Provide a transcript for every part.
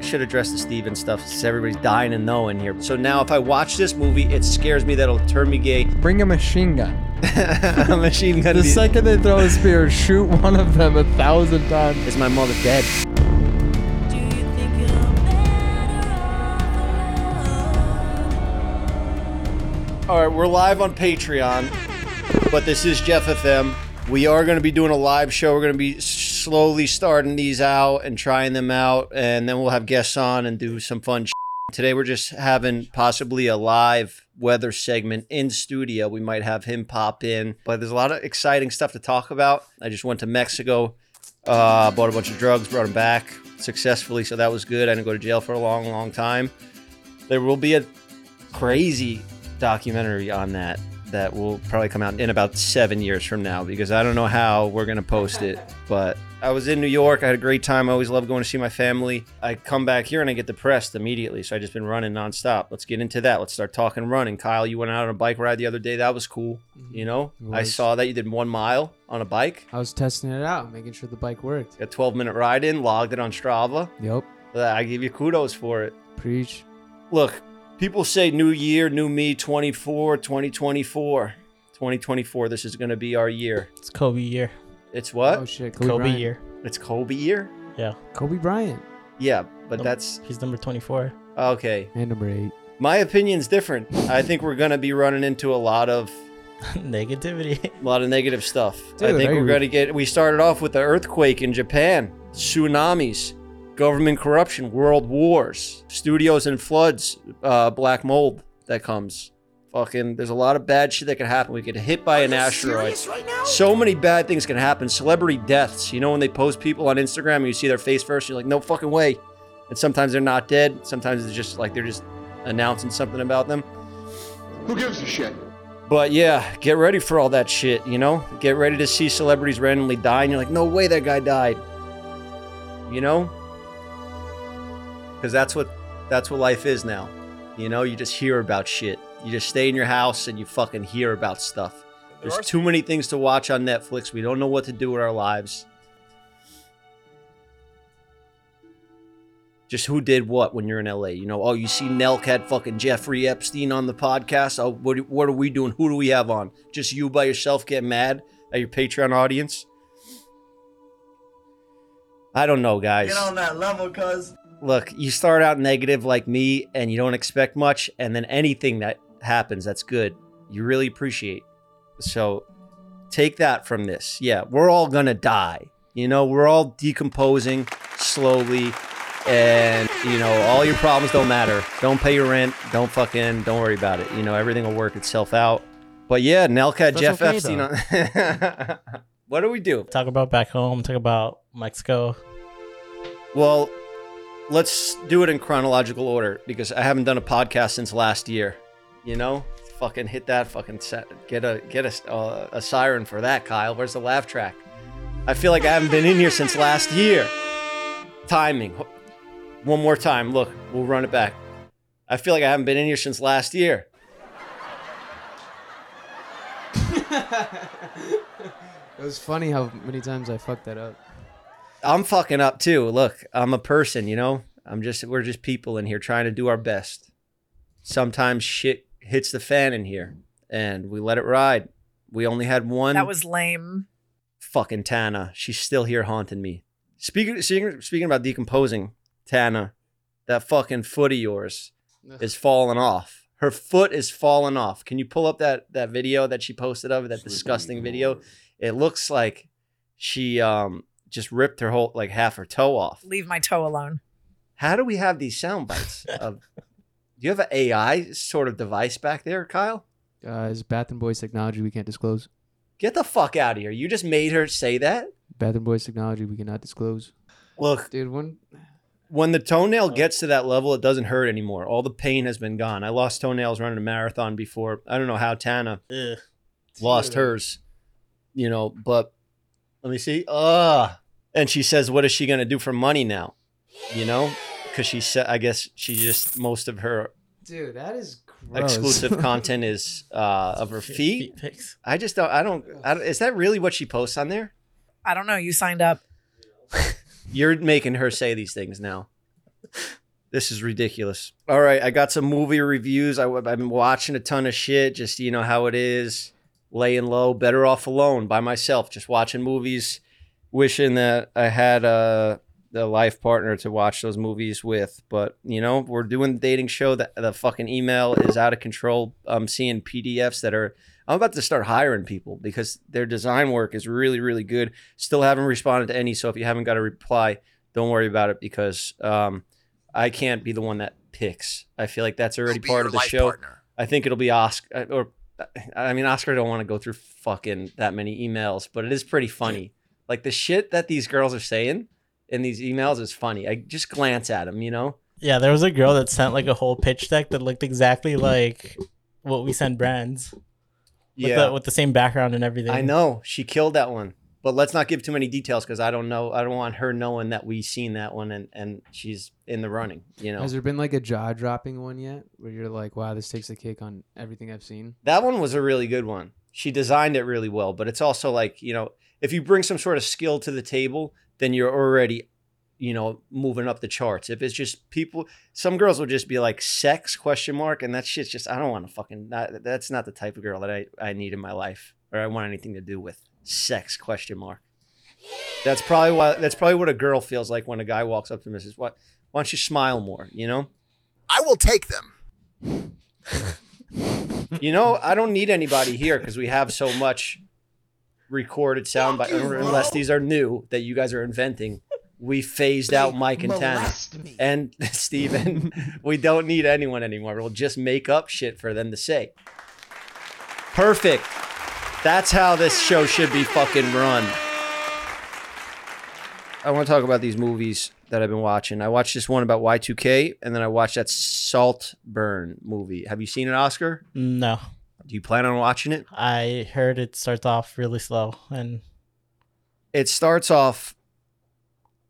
should address the Steven stuff since everybody's dying to know in here. So now if I watch this movie, it scares me that it'll turn me gay. Bring a machine gun. A machine gun. The be- second they throw a spear, shoot one of them a thousand times. Is my mother dead? Do you think you're better off alone? All right, we're live on Patreon, but this is Jeff FM. We are going to be doing a live show. We're going to be slowly starting these out and trying them out, and then we'll have guests on and do some fun. Shit. Today, we're just having possibly a live weather segment in studio. We might have him pop in, but there's a lot of exciting stuff to talk about. I just went to Mexico, uh, bought a bunch of drugs, brought them back successfully, so that was good. I didn't go to jail for a long, long time. There will be a crazy documentary on that that will probably come out in about seven years from now because I don't know how we're gonna post it. But I was in New York. I had a great time. I always love going to see my family. I come back here and I get depressed immediately. So I just been running nonstop. Let's get into that. Let's start talking running. Kyle, you went out on a bike ride the other day. That was cool. You know, Mm-hmm. It I was. saw that you did one mile on a bike. I was testing it out, making sure the bike worked. A 12 minute ride in, logged it on Strava. Yep. I give you kudos for it. Preach. look, people say new year, new me, 24, 2024. 2024, this is going to be our year. It's Kobe year. It's what? Oh shit. Kobe, Kobe, Bryant. year. it's Kobe year? Yeah. Kobe Bryant. Yeah, but Um, that's He's number 24. okay. And number eight. My opinion's different. I think we're going to be running into a lot of Negativity. a lot of negative stuff. I Dude, think I we're agree. going to get we started off with the earthquake in Japan, tsunamis, government corruption, world wars, studios and floods, uh, black mold that comes. Fucking there's a lot of bad shit that could happen. We get hit by an asteroid. So many bad things can happen. Celebrity deaths. You know when they post people on Instagram and you see their face first, you're like, "No fucking way." And sometimes they're not dead. Sometimes it's just like they're just announcing something about them. Who gives a shit? But yeah, get ready for all that shit, you know? Get ready to see celebrities randomly die and you're like, no way that guy died. You know? Cause that's what that's what life is now. You know, you just hear about shit. You just stay in your house and you fucking hear about stuff. There's too many things to watch on Netflix. We don't know what to do with our lives. just who did what when you're in LA. You know, oh, you see Nelk had fucking Jeffrey Epstein on the podcast. Oh, what, what are we doing? Who do we have on? Just you by yourself get mad at your Patreon audience? I don't know, guys. Get on that level, cuz. Look, you start out negative like me and you don't expect much, and then anything that happens that's good, you really appreciate. So take that from this. Yeah, we're all gonna die. You know, we're all decomposing slowly, and you know, all your problems don't matter. Don't pay your rent. Don't fucking. Don't worry about it. You know, everything will work itself out. But yeah, Nelka, had That's Jeff okay, Epstein. On- what do we do? Talk about back home. Talk about Mexico. Well, let's do it in chronological order because I haven't done a podcast since last year. You know, fucking hit that fucking set. Get a get a uh, a siren for that, Kyle. Where's the laugh track? I feel like I haven't been in here since last year. Timing. One more time. Look, we'll run it back. I feel like I haven't been in here since last year. It was funny how many times I fucked that up. I'm fucking up too. Look, I'm a person, you know? I'm just we're just people in here trying to do our best. Sometimes shit hits the fan in here and we let it ride. We only had one That was lame. fucking Tana. She's still here haunting me. Speaking speaking, speaking about decomposing, Tana, that fucking foot of yours Ugh. is falling off. Her foot is falling off. Can you pull up that that video that she posted of it, that disgusting video? It looks like she um just ripped her whole like half her toe off. Leave my toe alone. How do we have these sound bites of Do you have an AI sort of device back there, Kyle? Uh, is Bath and Boys technology we can't disclose? Get the fuck out of here. You just made her say that? Bath and Boys technology we cannot disclose. Look, Dude, one. when the toenail gets to that level, it doesn't hurt anymore. All the pain has been gone. I lost toenails running a marathon before. I don't know how Tana Ugh. lost hers, you know, but let me see. Ah. And she says, what is she going to do for money now? You know, because she said, I guess she just, most of her Dude, that is exclusive content is uh, of her Fe- feet. pics. I just don't, I don't, I don't, is that really what she posts on there? I don't know. You signed up. You're making her say these things now. This is ridiculous. All right, I got some movie reviews. I, have been watching a ton of shit. Just you know how it is, laying low, better off alone by myself, just watching movies, wishing that I had a the life partner to watch those movies with. But you know, we're doing the dating show. The, the fucking email is out of control. I'm seeing PDFs that are. I'm about to start hiring people because their design work is really, really good. Still haven't responded to any. So if you haven't got a reply, don't worry about it because um, I can't be the one that picks. I feel like that's already Who'll be part your of the life show. partner? I think it'll be Oscar or I mean Oscar don't want to go through fucking that many emails, but it is pretty funny. Like the shit that these girls are saying in these emails is funny. I just glance at them, you know. Yeah, there was a girl that sent like a whole pitch deck that looked exactly like what we send brands. With The, with the same background and everything. I know she killed that one. But let's not give too many details because I don't know. I don't want her knowing that we seen that one and and she's in the running. You know, Has there been like a jaw dropping one yet where you're like, wow, this takes the cake on everything I've seen? that one was a really good one. She designed it really well, but it's also like you know, if you bring some sort of skill to the table, then you're already, you know, moving up the charts. If it's just people, some girls will just be like sex question mark, and that shit's just I don't want to fucking. Not, that's not the type of girl that I I need in my life, or I want anything to do with sex question mark. That's probably why. That's probably what a girl feels like when a guy walks up to them and says, "What? Why don't you smile more?" You know. I will take them. You know, I don't need anybody here because we have so much recorded sound bite. Unless these are new that you guys are inventing, we phased out Mike and Tanner Molest me. and Steven. we don't need anyone anymore. We'll just make up shit for them to say. Perfect. That's how this show should be fucking run. I want to talk about these movies that I've been watching. I watched this one about Y2K, and then I watched that Saltburn movie. Have you seen it, Oscar? No. Do you plan on watching it? I heard it starts off really slow and It starts off.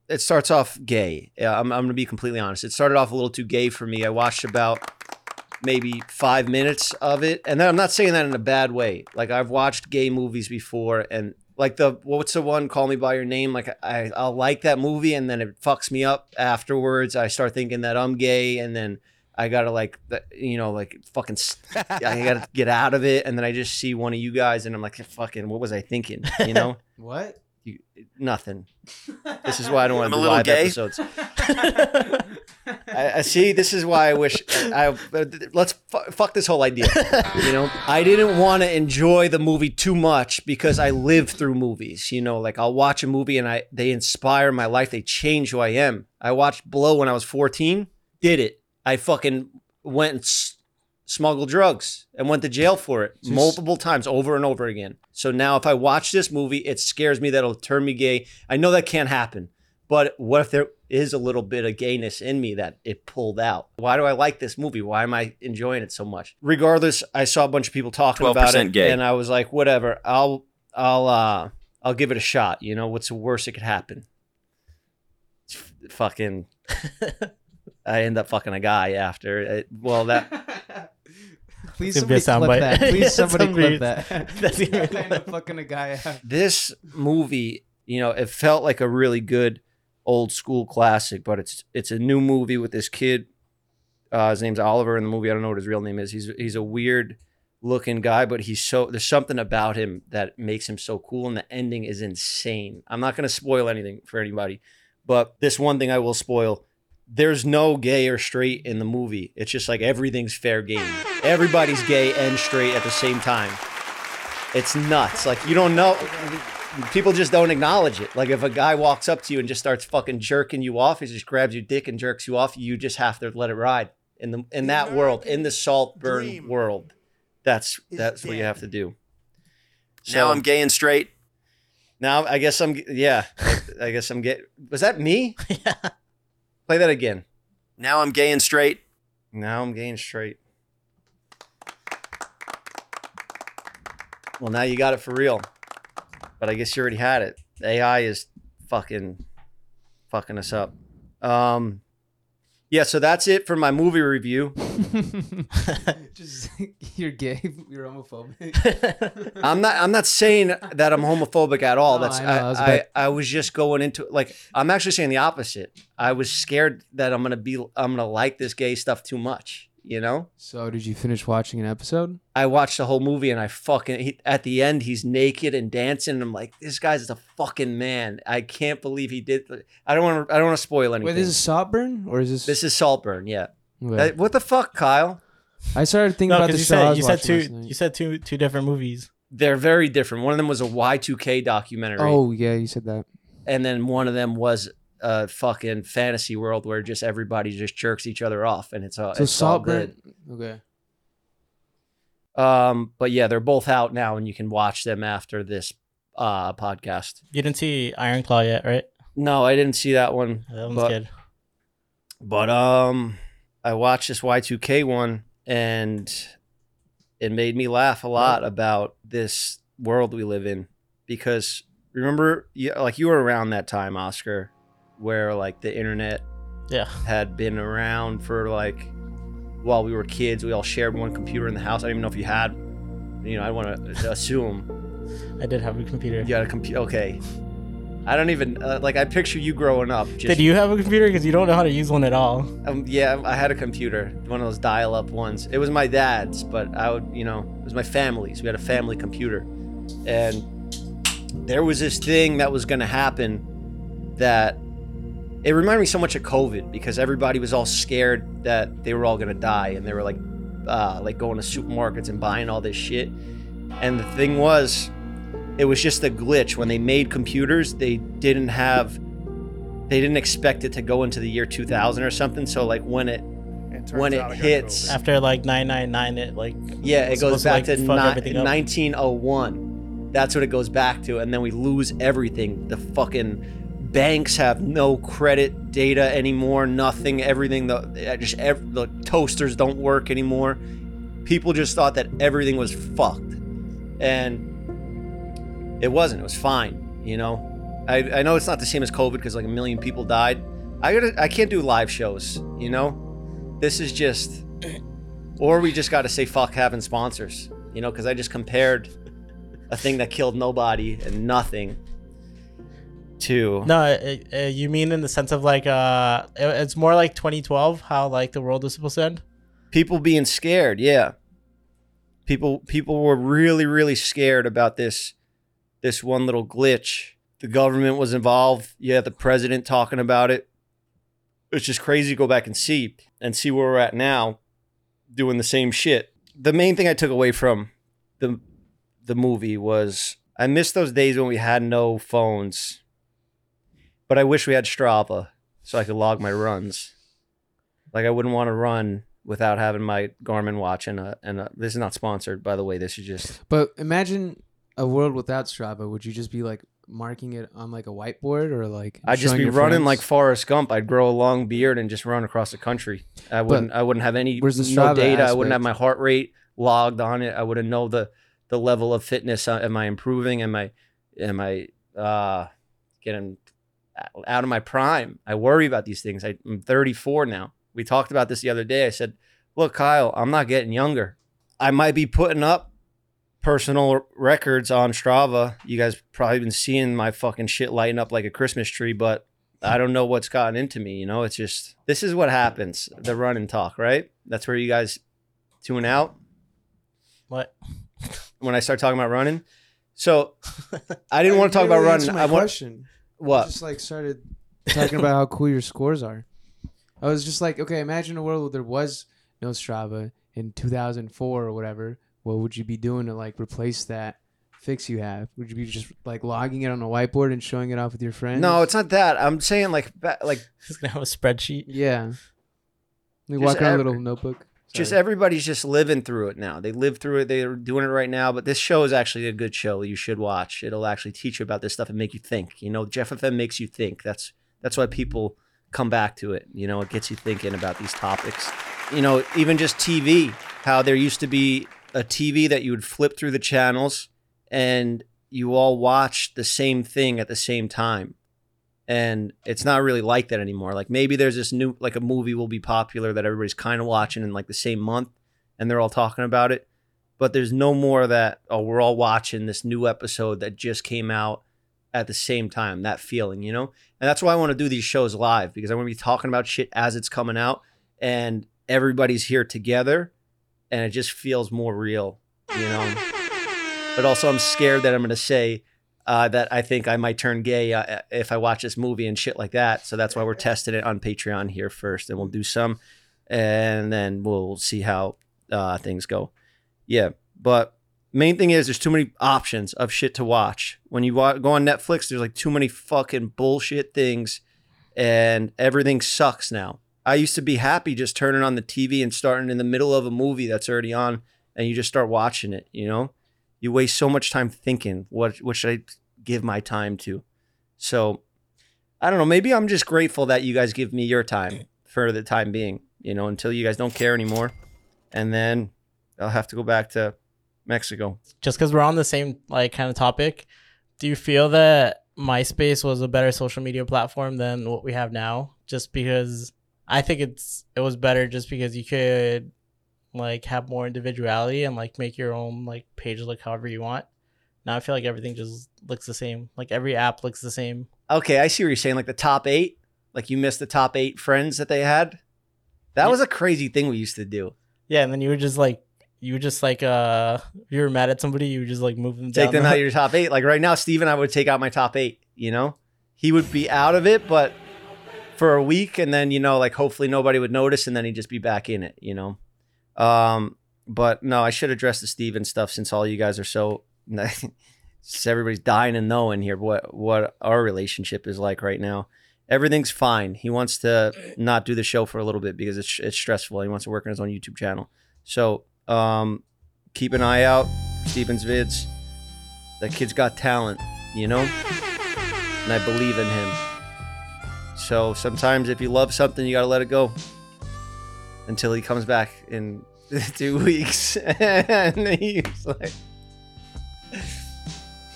It starts off gay. Yeah, I'm, I'm going to be completely honest. It started off a little too gay for me. I watched about maybe five minutes of it, and then I'm not saying that in a bad way. Like I've watched gay movies before, and like the what's the one? Call Me by Your Name. Like I I'll like that movie, and then it fucks me up afterwards. I start thinking that I'm gay, and then I gotta like th- you know like fucking s- I gotta get out of it, and then I just see one of you guys, and I'm like, fucking, what was I thinking? You know, What? you, nothing. This is why I don't want I'm to a do little live gay. episodes. I, I see. This is why I wish. I, I let's fu- fuck this whole idea. You know, I didn't want to enjoy the movie too much because I live through movies. You know, like I'll watch a movie and I they inspire my life. They change who I am. I watched Blow when I was 14. Did it? I fucking went and s- smuggled drugs and went to jail for it multiple times over and over again. So now if I watch this movie, it scares me that it'll turn me gay. I know that can't happen, but what if there is a little bit of gayness in me that it pulled out? Why do I like this movie? Why am I enjoying it so much? Regardless, I saw a bunch of people talking about it 12% gay. and I was like, whatever, I'll I'll uh I'll give it a shot. You know, what's the worst that could happen? F- fucking I end up fucking a guy after. It, well, that Please It's gonna be a somebody clip soundbite. that. Please Yeah, somebody somebody- clip that. That's gonna be a Kind of fucking a guy out. this movie, you know, it felt like a really good old school classic, but it's it's a new movie with this kid. Uh, his name's Oliver in the movie. I don't know what his real name is. He's he's a weird looking guy, but he's so there's something about him that makes him so cool, and the ending is insane. I'm not gonna spoil anything for anybody, but this one thing I will spoil. There's no gay or straight in the movie. It's just like everything's fair game. Everybody's gay and straight at the same time. It's nuts. Like you don't know. People just don't acknowledge it. Like if a guy walks up to you and just starts fucking jerking you off, he just grabs your dick and jerks you off. You just have to let it ride. In the in that world, in the salt burn dream world, that's is that's what you dead. have to do. now I'm gay and straight. now I guess I'm yeah. I guess I'm get. Was that me? yeah. Play that again. Now I'm gay and straight. Now I'm getting straight. Well, now you got it for real. But I guess you already had it. AI is fucking fucking us up. Um yeah, so that's it for my movie review. Just you're gay, you're homophobic. I'm not. I'm not saying that I'm homophobic at all. No, That's. I I, know, I was I, about- I was just going into like. I'm actually saying the opposite. I was scared that I'm gonna be. I'm gonna like this gay stuff too much. You know. So did you finish watching an episode? I watched the whole movie and I fucking he, at the end he's naked and dancing and I'm like this guy's the fucking man. I can't believe he did. th- I don't want to. I don't want to spoil anything. Wait, this is Saltburn or is this? this is Saltburn. Yeah. Okay. Uh, what the fuck, Kyle? I started thinking No, about because the you show. I said was watching you said two last night. you said two two different movies. They're very different. One of them was a Y2K documentary. Oh yeah, you said that. and then one of them was a fucking fantasy world where just everybody just jerks each other off and it's all So it's all Saltburn. Okay. good. Um, but yeah, they're both out now and you can watch them after this uh podcast. You didn't see Iron Claw yet, right? No, I didn't see that one. That one's but, good. But um, I watched this Y2K one and it made me laugh a lot about this world we live in because remember, you- like you were around that time, Oscar, where like the internet Yeah. had been around for like while we were kids. We all shared one computer in the house. I don't even know if you had, you know, I want to assume I did have a computer. you had a computer. Okay. I don't even, uh, like, I picture you growing up. Just, Did you have a computer? Because you don't know how to use one at all. Um, yeah, I had a computer, one of those dial up ones. It was my dad's, but I would, you know, it was my family's. We had a family computer. And there was this thing that was going to happen that it reminded me so much of COVID because everybody was all scared that they were all going to die and they were like, uh, like going to supermarkets and buying all this shit. And the thing was, it was just a glitch. When they made computers, they didn't have they didn't expect it to go into the year 2000 or something. So like when it It turns When it out got hits- COVID. After like nine nine nine, it like yeah, it was goes supposed back like, to, fuck ni- everything up. 1901. That's what it goes back to, and then we lose everything. The fucking banks have no credit data anymore. Nothing. Everything. The uh, just ev- the toasters don't work anymore. People just thought that everything was fucked, and it wasn't. It was fine. You know, I, I know it's not the same as COVID because like a million people died. I gotta, I can't do live shows. You know, this is just or we just got to say fuck having sponsors, you know, because I just compared a thing that killed nobody and nothing to. No, it, uh you mean in the sense of like uh, it- it's more like 2012, how like the world was supposed to end. people being scared yeah people people were really really scared about this this one little glitch the government was involved you had the president talking about it it's just crazy to go back and see and see where we're at now doing the same shit the main thing i took away from the the movie was i miss those days when we had no phones but i wish we had strava so i could log my runs like I wouldn't want to run without having my Garmin watch and a and a, this is not sponsored by the way. This is just But imagine a world without Strava. Would you just be like marking it on like a whiteboard or like? I'd just showing be your running friends? like Forrest Gump. I'd grow a long beard and just run across the country. I wouldn't I wouldn't have any where's the no Strava data. I wouldn't have my aspect? heart rate logged on it. I wouldn't know the the level of fitness. Uh, am I improving? Am I am I uh getting out of my prime? I worry about these things. I, I'm 34 now. We talked about this the other day. I said, "Look, Kyle, I'm not getting younger. I might be putting up personal records on Strava. You guys probably been seeing my fucking shit lighting up like a Christmas tree, but I don't know what's gotten into me. You know, it's just this is what happens. The run and talk, right? That's where you guys tune out What? when I start talking about running. So I didn't want to talk about literally running. answered my I want question. I what just like started talking about how cool your scores are. I was just like, okay, imagine a world where there was no Strava in 2004 or whatever. What would you be doing to like replace that fix you have? Would you be just like logging it on a whiteboard and showing it off with your friends? no, it's not that. I'm saying like ba- like He's gonna have a spreadsheet. yeah. We Just walk around ev- a little notebook. just Sorry. everybody's just living through it now. They live through it. They're doing it right now. But this show is actually a good show. You should watch. It'll actually teach you about this stuff and make you think. You know, Jeff FM makes you think. That's that's why people come back to it. You know, it gets you thinking about these topics. You know, even just TV, how there used to be a TV that you would flip through the channels and you all watched the same thing at the same time. and it's not really like that anymore. Like maybe there's this new like a movie will be popular that everybody's kind of watching in like the same month, and they're all talking about it. But there's no more that oh we're all watching this new episode that just came out at the same time. That feeling, you know, and that's why I want to do these shows live because I want to be talking about shit as it's coming out, and everybody's here together, and it just feels more real, you know. But also, I'm scared that I'm gonna say uh, that I think I might turn gay uh, if I watch this movie and shit like that. So that's why we're testing it on Patreon here first, and we'll do some, and then we'll see how uh, things go. Yeah, but main thing is there's too many options of shit to watch. When you wa- go on Netflix, there's like too many fucking bullshit things, and everything sucks now. I used to be happy just turning on the TV and starting in the middle of a movie that's already on, and you just start watching it. You know you waste so much time thinking what what should I give my time to. So I don't know, maybe I'm just grateful that you guys give me your time for the time being, you know, until you guys don't care anymore. And then I'll have to go back to Mexico. Just because we're on the same like kind of topic, do you feel that MySpace was a better social media platform than what we have now? Just because I think it's it was better just because you could like have more individuality and like make your own like page look however you want. Now I feel like everything just looks the same. Like every app looks the same. Okay, I see what you're saying. Like the top eight, like you missed the top eight friends that they had. That Yeah. was a crazy thing we used to do. Yeah, and then you would just like you would just like uh if you were mad at somebody, you would just like move them Take down. them the- out of your top eight. Like right now, Steven, I would take out my top eight, you know? He would be out of it, but for a week and then, you know, like hopefully nobody would notice and then he'd just be back in it, you know? Um, but no, I should address the Steven stuff since all you guys are so since everybody's dying to know in here what what our relationship is like right now. Everything's fine. He wants to not do the show for a little bit because it's it's stressful. He wants to work on his own YouTube channel. So um, keep an eye out, Steven's vids. That kid's got talent, you know? And I believe in him. So sometimes if you love something, you gotta let it go until he comes back in two weeks. and he's like,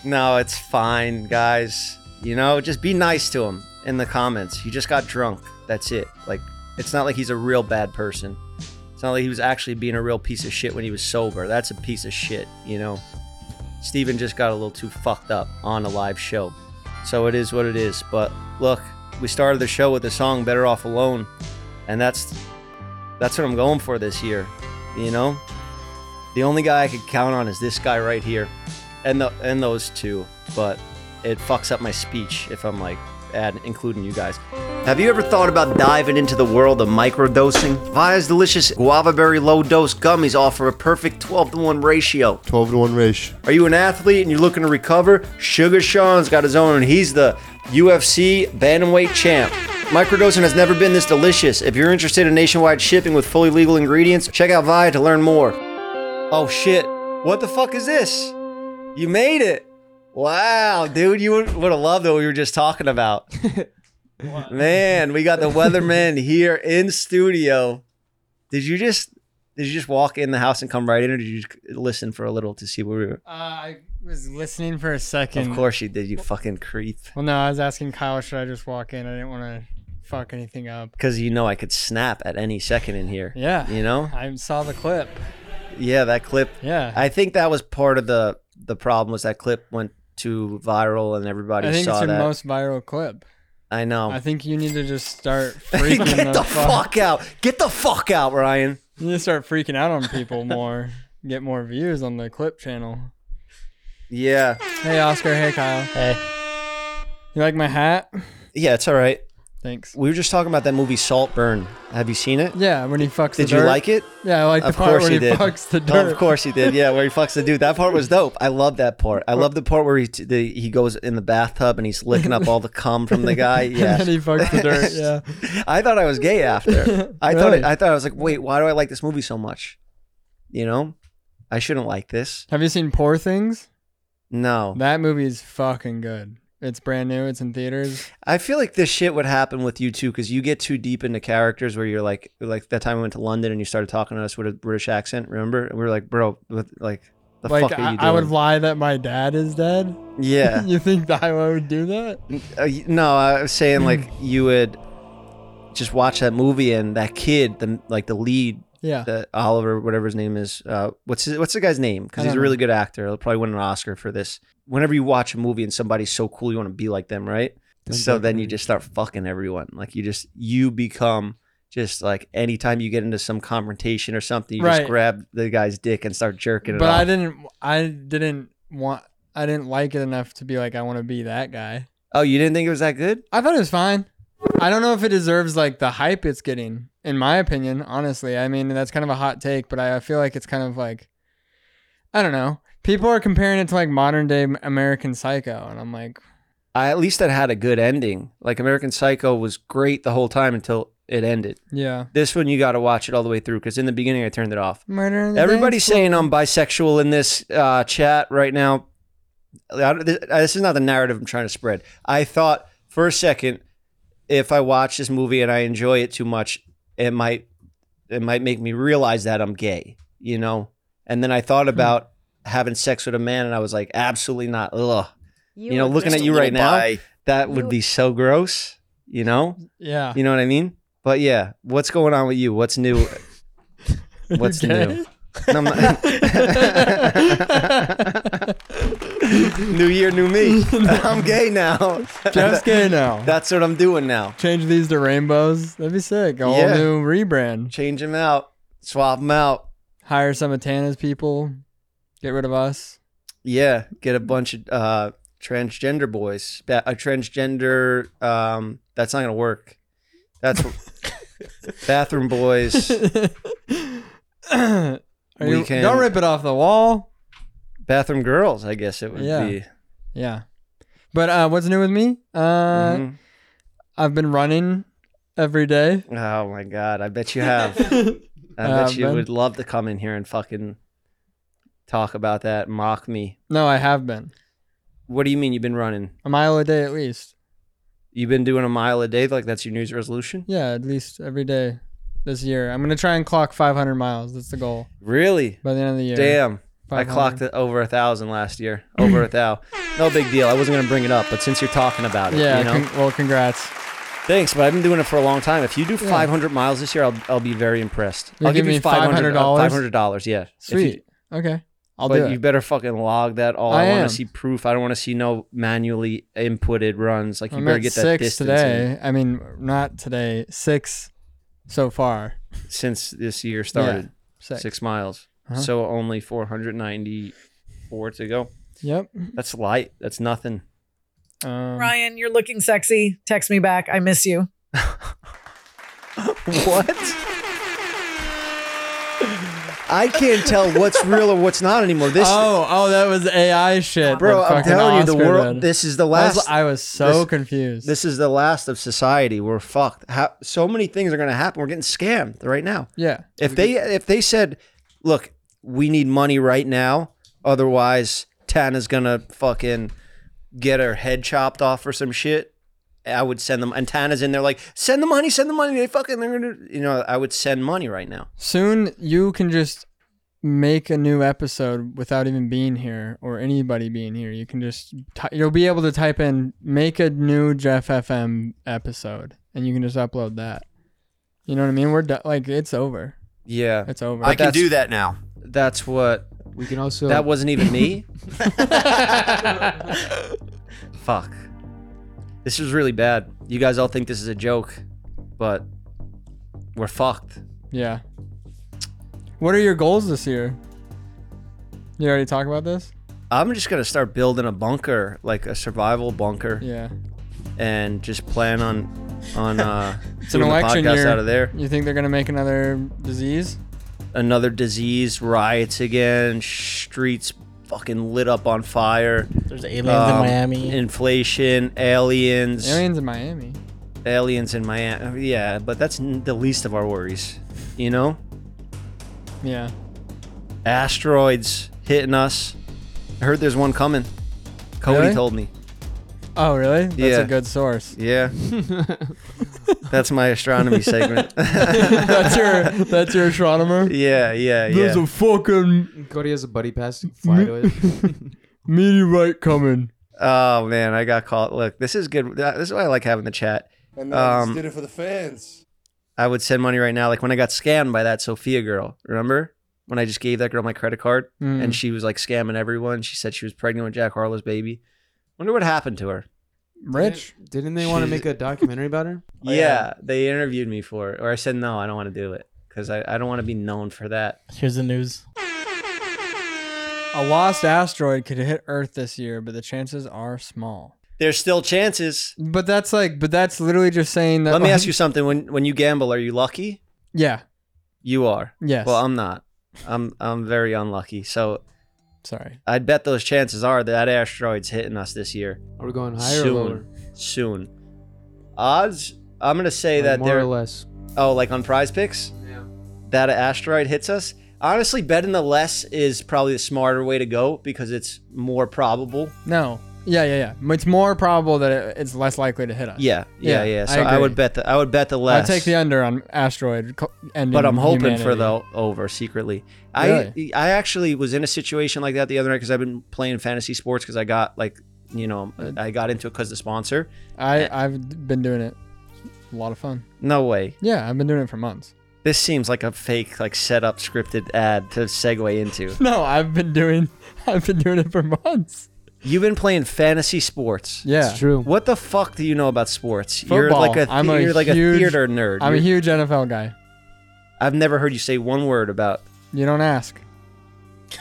no, it's fine, guys. You know, just be nice to him in the comments. He just got drunk. That's it. Like, it's not like he's a real bad person. It's not like he was actually being a real piece of shit when he was sober. That's a piece of shit, you know? Steven just got a little too fucked up on a live show. So it is what it is. But look, we started the show with the song Better Off Alone. And that's that's what I'm going for this year. You know? The only guy I could count on is this guy right here. And the and those two. But it fucks up my speech if I'm like add including you guys. Have you ever thought about diving into the world of microdosing? Via's delicious guava berry low dose gummies offer a perfect 12 to 1 ratio. 12 to 1 ratio. Are you an athlete and you're looking to recover? Sugar Sean's got his own, and he's the UFC bantamweight champ. Microdosing has never been this delicious. If you're interested in nationwide shipping with fully legal ingredients, check out Via to learn more. Oh shit! What the fuck is this? You made it! Wow, dude, you would have loved what we were just talking about. Man, we got the weatherman here in studio. Did you just did you just walk in the house and come right in, or did you just listen for a little to see what we were? Uh, I was listening for a second. Of course you did, you fucking creep. Well, no, I was asking Kyle, should I just walk in? I didn't want to fuck anything up. Because you know I could snap at any second in here. Yeah. You know? I saw the clip. Yeah, that clip. Yeah. I think that was part of the the problem was that clip went too viral and everybody I think it's saw your that. most viral clip. I know. I think you need to just start freaking Get the fuck- fuck out. Get the fuck out, Ryan. You need to start freaking out on people more. Get more views on the clip channel. Yeah. Hey, Oscar. Hey, Kyle. Hey. You like my hat? Yeah, it's all right. Thanks. We were just talking about that movie Saltburn. Have you seen it? Yeah, when he fucks the Did you dirt. like it? Yeah, I like the Of part course where he he, did. fucks the dirt. Oh, of course he did. Yeah, where he fucks the dude. That part was dope. I love that part. I love the part where he t- the, he goes in the bathtub and he's licking up all the cum from the guy. Yeah. and then he fucks the dirt. Yeah. I thought I was gay after. I thought Really? I thought I was like, wait, why do I like this movie so much? You know, I shouldn't like this. Have you seen Poor Things? No, That movie is fucking good. It's brand new. It's in theaters. I feel like this shit would happen with you too because you get too deep into characters where you're like, like that time we went to London and you started talking to us with a British accent. Remember? And we were like, bro, with like The like fuck are I, you doing? I would lie that my dad is dead. yeah. you think that I would do that? Uh, y- no, I was saying like Hmm. you would just watch that movie and that kid, the like the lead, Yeah. the Oliver, whatever his name is. Uh, what's his, what's the guy's name? I Because he's don't a know. really good actor. He'll probably win an Oscar for this. Whenever you watch a movie and somebody's so cool, you want to be like them, right? so then you just start fucking everyone. Like you just you become just like anytime you get into some confrontation or something, you Right. just grab the guy's dick and start jerking it But off. I didn't. I didn't want. I didn't like it enough to be like I want to be that guy. oh, you didn't think it was that good? I thought it was fine. I don't know if it deserves like the hype it's getting. In my opinion, honestly, I mean that's kind of a hot take, but I, I feel like it's kind of like, I don't know. People are comparing it to like modern day American Psycho, and I'm like, I, at least that had a good ending. Like American Psycho was great the whole time until it ended. yeah, This one you got to watch it all the way through because in the beginning I turned it off. murder. in the Everybody's dance saying I'm bisexual in this uh, chat right now. I don't- This uh, this is not the narrative I'm trying to spread. I thought for a second, if I watch this movie and I enjoy it too much, it might it might make me realize that I'm gay, you know. And then I thought about having sex with a man, and I was like, absolutely not. Ugh, you, know, looking at you right now, that would You- be so gross, you know. club. Yeah. You know what I mean? But yeah, what's going on with you? What's new? What's gay? new? No, I'm not- new year, new me. I'm gay now. Jeff's gay now. That's what I'm doing now. Change these to rainbows. That'd be sick. A whole Yeah. new rebrand. Change them out, swap them out. Hire some of Tana's people. Get rid of us. Yeah, get a bunch of uh, transgender boys. That- A transgender. Um, that's not gonna work. That's bathroom boys. Are you, We can- Don't rip it off the wall. Bathroom girls. I guess it would Yeah. be. Yeah. But uh, what's new with me? Uh, Mhm. I've been running every day. Oh my god, I bet you have. I Uh, bet you Ben? would love to come in here and fucking talk about that, mock me. No, I have been. What do you mean you've been running? A mile a day at least. You've been doing a mile a day, like that's your New Year's resolution? Yeah, at least every day this year. I'm going to try and clock 500 miles. That's the goal Really? by the end of the year. Damn. I 500. clocked it over a thousand last year. Over a thou. No big deal. I wasn't gonna bring it up, but since you're talking about it, Yeah, you know. con- well, congrats. Thanks, but I've been doing it for a long time. If you do 500 miles this year, I'll, I'll be very impressed. You'll I'll give give you uh, me $500. $500? $500, yeah. If you- Sweet. okay. I'll do but it. you better fucking log that all. I, I am. want to see proof. I don't want to see no manually inputted runs. Like you I'm better at get that six distance today. I mean, not today. Six so far. in since this year started. Six. Six miles, Uh-huh. so only 494 to go. Yep. That's light. That's nothing. Um, Ryan, you're looking sexy. Text me back. I miss you. What? I can't tell what's real or what's not anymore. This, oh, oh, that was AI shit. bro, that I'm fucking telling you, the Oscar world. did. This is the I was- last. I was so this- confused. this is the last of society. We're fucked. How, so many things are going to happen. We're getting scammed right now. yeah. If they if they said, "Look, we need money right now, otherwise Tana's gonna fucking get her head chopped off or some shit," I would send them. And Tana's in there like, "Send the money, send the money." They fucking they're gonna, you know, I would send money right now. Soon you can just make a new episode without even being here or anybody being here. You can just ty- you'll be able to type in make a new Jeff FM episode and you can just upload that. You know what I mean? We're do- like it's over. Yeah, It's over. I can that's- do that now. that's what. We can also. That wasn't even me. Fuck. This is really bad. You guys all think this is a joke, but we're fucked. Yeah. What are your goals this year? You already talked about this? I'm just gonna start building a bunker, like a survival bunker. Yeah. and just plan on on uh It's an doing the election podcast year. out of there. You think they're going to make another disease? Another disease, riots again, streets fucking lit up on fire. There's aliens in um, Miami. inflation, aliens, Aliens in Miami. aliens in Miami. Yeah, but that's n- the least of our worries, you know. Yeah. Asteroids hitting us. I heard there's one coming. Cody Really? told me. Oh, really? That's Yeah. a good source. Yeah, That's my astronomy segment. that's your that's your astronomer. Yeah, yeah, yeah. There's a fucking Cody has a buddy pass. to Fly to it. meteorite coming. oh man, I got caught. Look, this is good. This is why I like having the chat. And then Um, just did it for the fans. I would send money right now. Like when I got scammed by that Sophia girl, remember? When I just gave that girl my credit card Mm. and she was like scamming everyone. She said she was pregnant with Jack Harlow's baby. Wonder what happened to her. Rich. Didn't they want to make a documentary about her? Oh, yeah. they interviewed me for it. Or I said, no, I don't want to do it because I, I don't want to be known for that. Here's the news. A lost asteroid could hit Earth this year, but the chances are small. There's still chances. But that's like, but that's literally just saying that. Let me ask you something. When when you gamble, are you lucky? Yeah. You are. Yes. Well, um, I'm not. I'm I'm very unlucky. So sorry. I'd bet those chances are that asteroid's hitting us this year Are we going higher Soon. or lower? soon. Odds. I'm gonna say Like, that more or they're less. Oh, like on prize picks? Yeah. That an asteroid hits us? Honestly, betting the less is probably the smarter way to go because it's more probable. No. Yeah, yeah, yeah. It's more probable that it, it's less likely to hit us. Yeah, yeah, Yeah, yeah. I So I, agree. would bet the I would bet the I less. take the under on asteroid co- ending. but I'm hoping for humanity. the over secretly. Really? I I actually was in a situation like that the other night because I've been playing fantasy sports because I got like you know Hmm. I got into it because the sponsor. I I've been doing it. A lot of fun. No way. Yeah, I've been doing it for months. This seems like a fake like set up scripted ad to segue into. No, I've been doing I've been doing it for months. You've been playing fantasy sports. Yeah. It's true. What the fuck do you know about sports? You're Football. like a, I'm a you're like huge- a theater nerd. I'm a You're- huge NFL guy. I've never heard you say one word about You don't ask.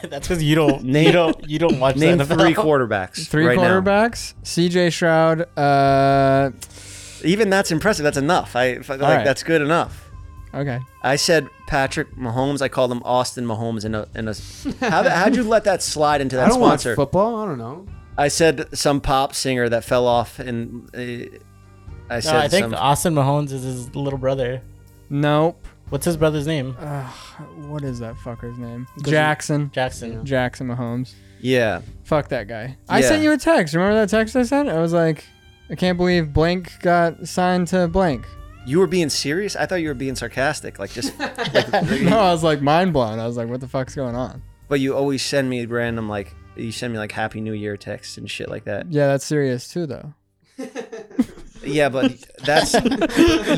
That's because you don't Name- you don't you don't watch name the NFL. three quarterbacks. Three right now. quarterbacks. CJ Shroud. Uh, Even that's impressive. That's enough. I, I like right. that's good enough. okay. I said Patrick Mahomes. I called him Austin Mahomes in a in a. How the- how'd you let that slide into I that don't watch sponsor? football. I don't know. I said some pop singer that fell off and. Uh, I said No, I think some. Austin Mahomes is his little brother. Nope. What's his brother's name? What is that fucker's name? Jackson. Jackson. Jackson Mahomes. yeah. Fuck that guy. I Yeah. sent you a text. Remember that text I sent? I was like, I can't believe blank got signed to blank. You were being serious. I thought you were being sarcastic. Like just. No, I was like mind blown. I was like, what the fuck's going on? But you always send me random like you send me like Happy New Year texts and shit like that. Yeah, that's serious too, though. Yeah, but that's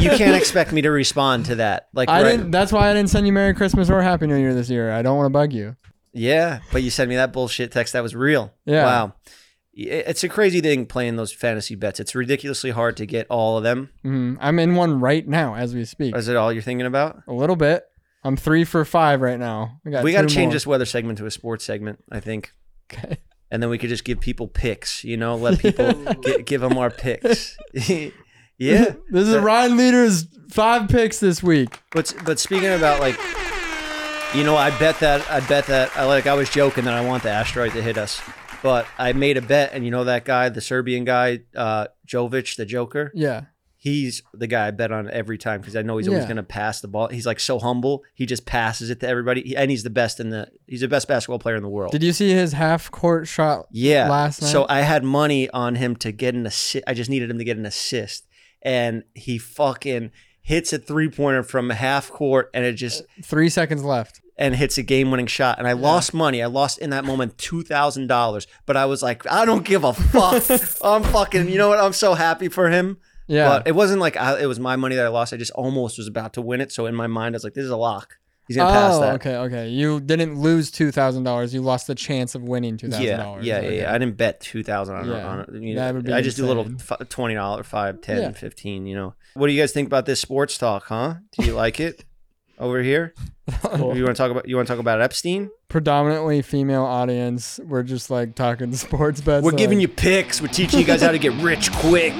you can't expect me to respond to that. Like I right- didn't. That's why I didn't send you Merry Christmas or Happy New Year this year. I don't want to bug you. Yeah, but you sent me that bullshit text that was real. Yeah. Wow. I- It's a crazy thing playing those fantasy bets. It's ridiculously hard to get all of them. Mhm. I'm in one right now as we speak. Is it all you're thinking about? A little bit. I'm three for five right now. I got we got to two change more. this weather segment to a sports segment, I think. Okay. And then we could just give people picks, you know, let people gi- give them our picks. yeah. This is Ryan Leader's five picks this week. But but speaking about like, you know, I bet that I bet that I like I was joking that I want the asteroid to hit us, but I made a bet, and you know that guy, the Serbian guy, uh, Jovic, the Joker. Yeah. He's the guy I bet on every time because I know he's always Yeah. going to pass the ball. He's like so humble; he just passes it to everybody, He- and he's the best in the he's the best basketball player in the world. Did you see his half court shot? Yeah. Last So night? I had money on him to get an assist. I just needed him to get an assist. And he fucking hits a three pointer from half court and it just Three seconds left. and hits a game winning shot. And I lost money. I lost in that moment $2,000. But I was like, I don't give a fuck. I'm fucking, you know what? I'm so happy for him. Yeah. But it wasn't like I, it was my money that I lost. I just almost was about to win it. So in my mind, I was like, this is a lock. He's going to pass that. Oh, okay, okay. You didn't lose two thousand dollars. You lost the chance of winning two thousand Yeah, dollars. yeah, yeah, yeah. I didn't bet two thousand on, Yeah, on it. You know, that would be I just do little insane. f- twenty dollar, five, ten, Yeah. fifteen. You know, what do you guys think about this sports talk? Huh? Do you like it over here? You want to talk about? You want to talk about Epstein? Predominantly female audience. We're just like talking sports bets. We're like- giving you picks. We're teaching you guys how to get rich quick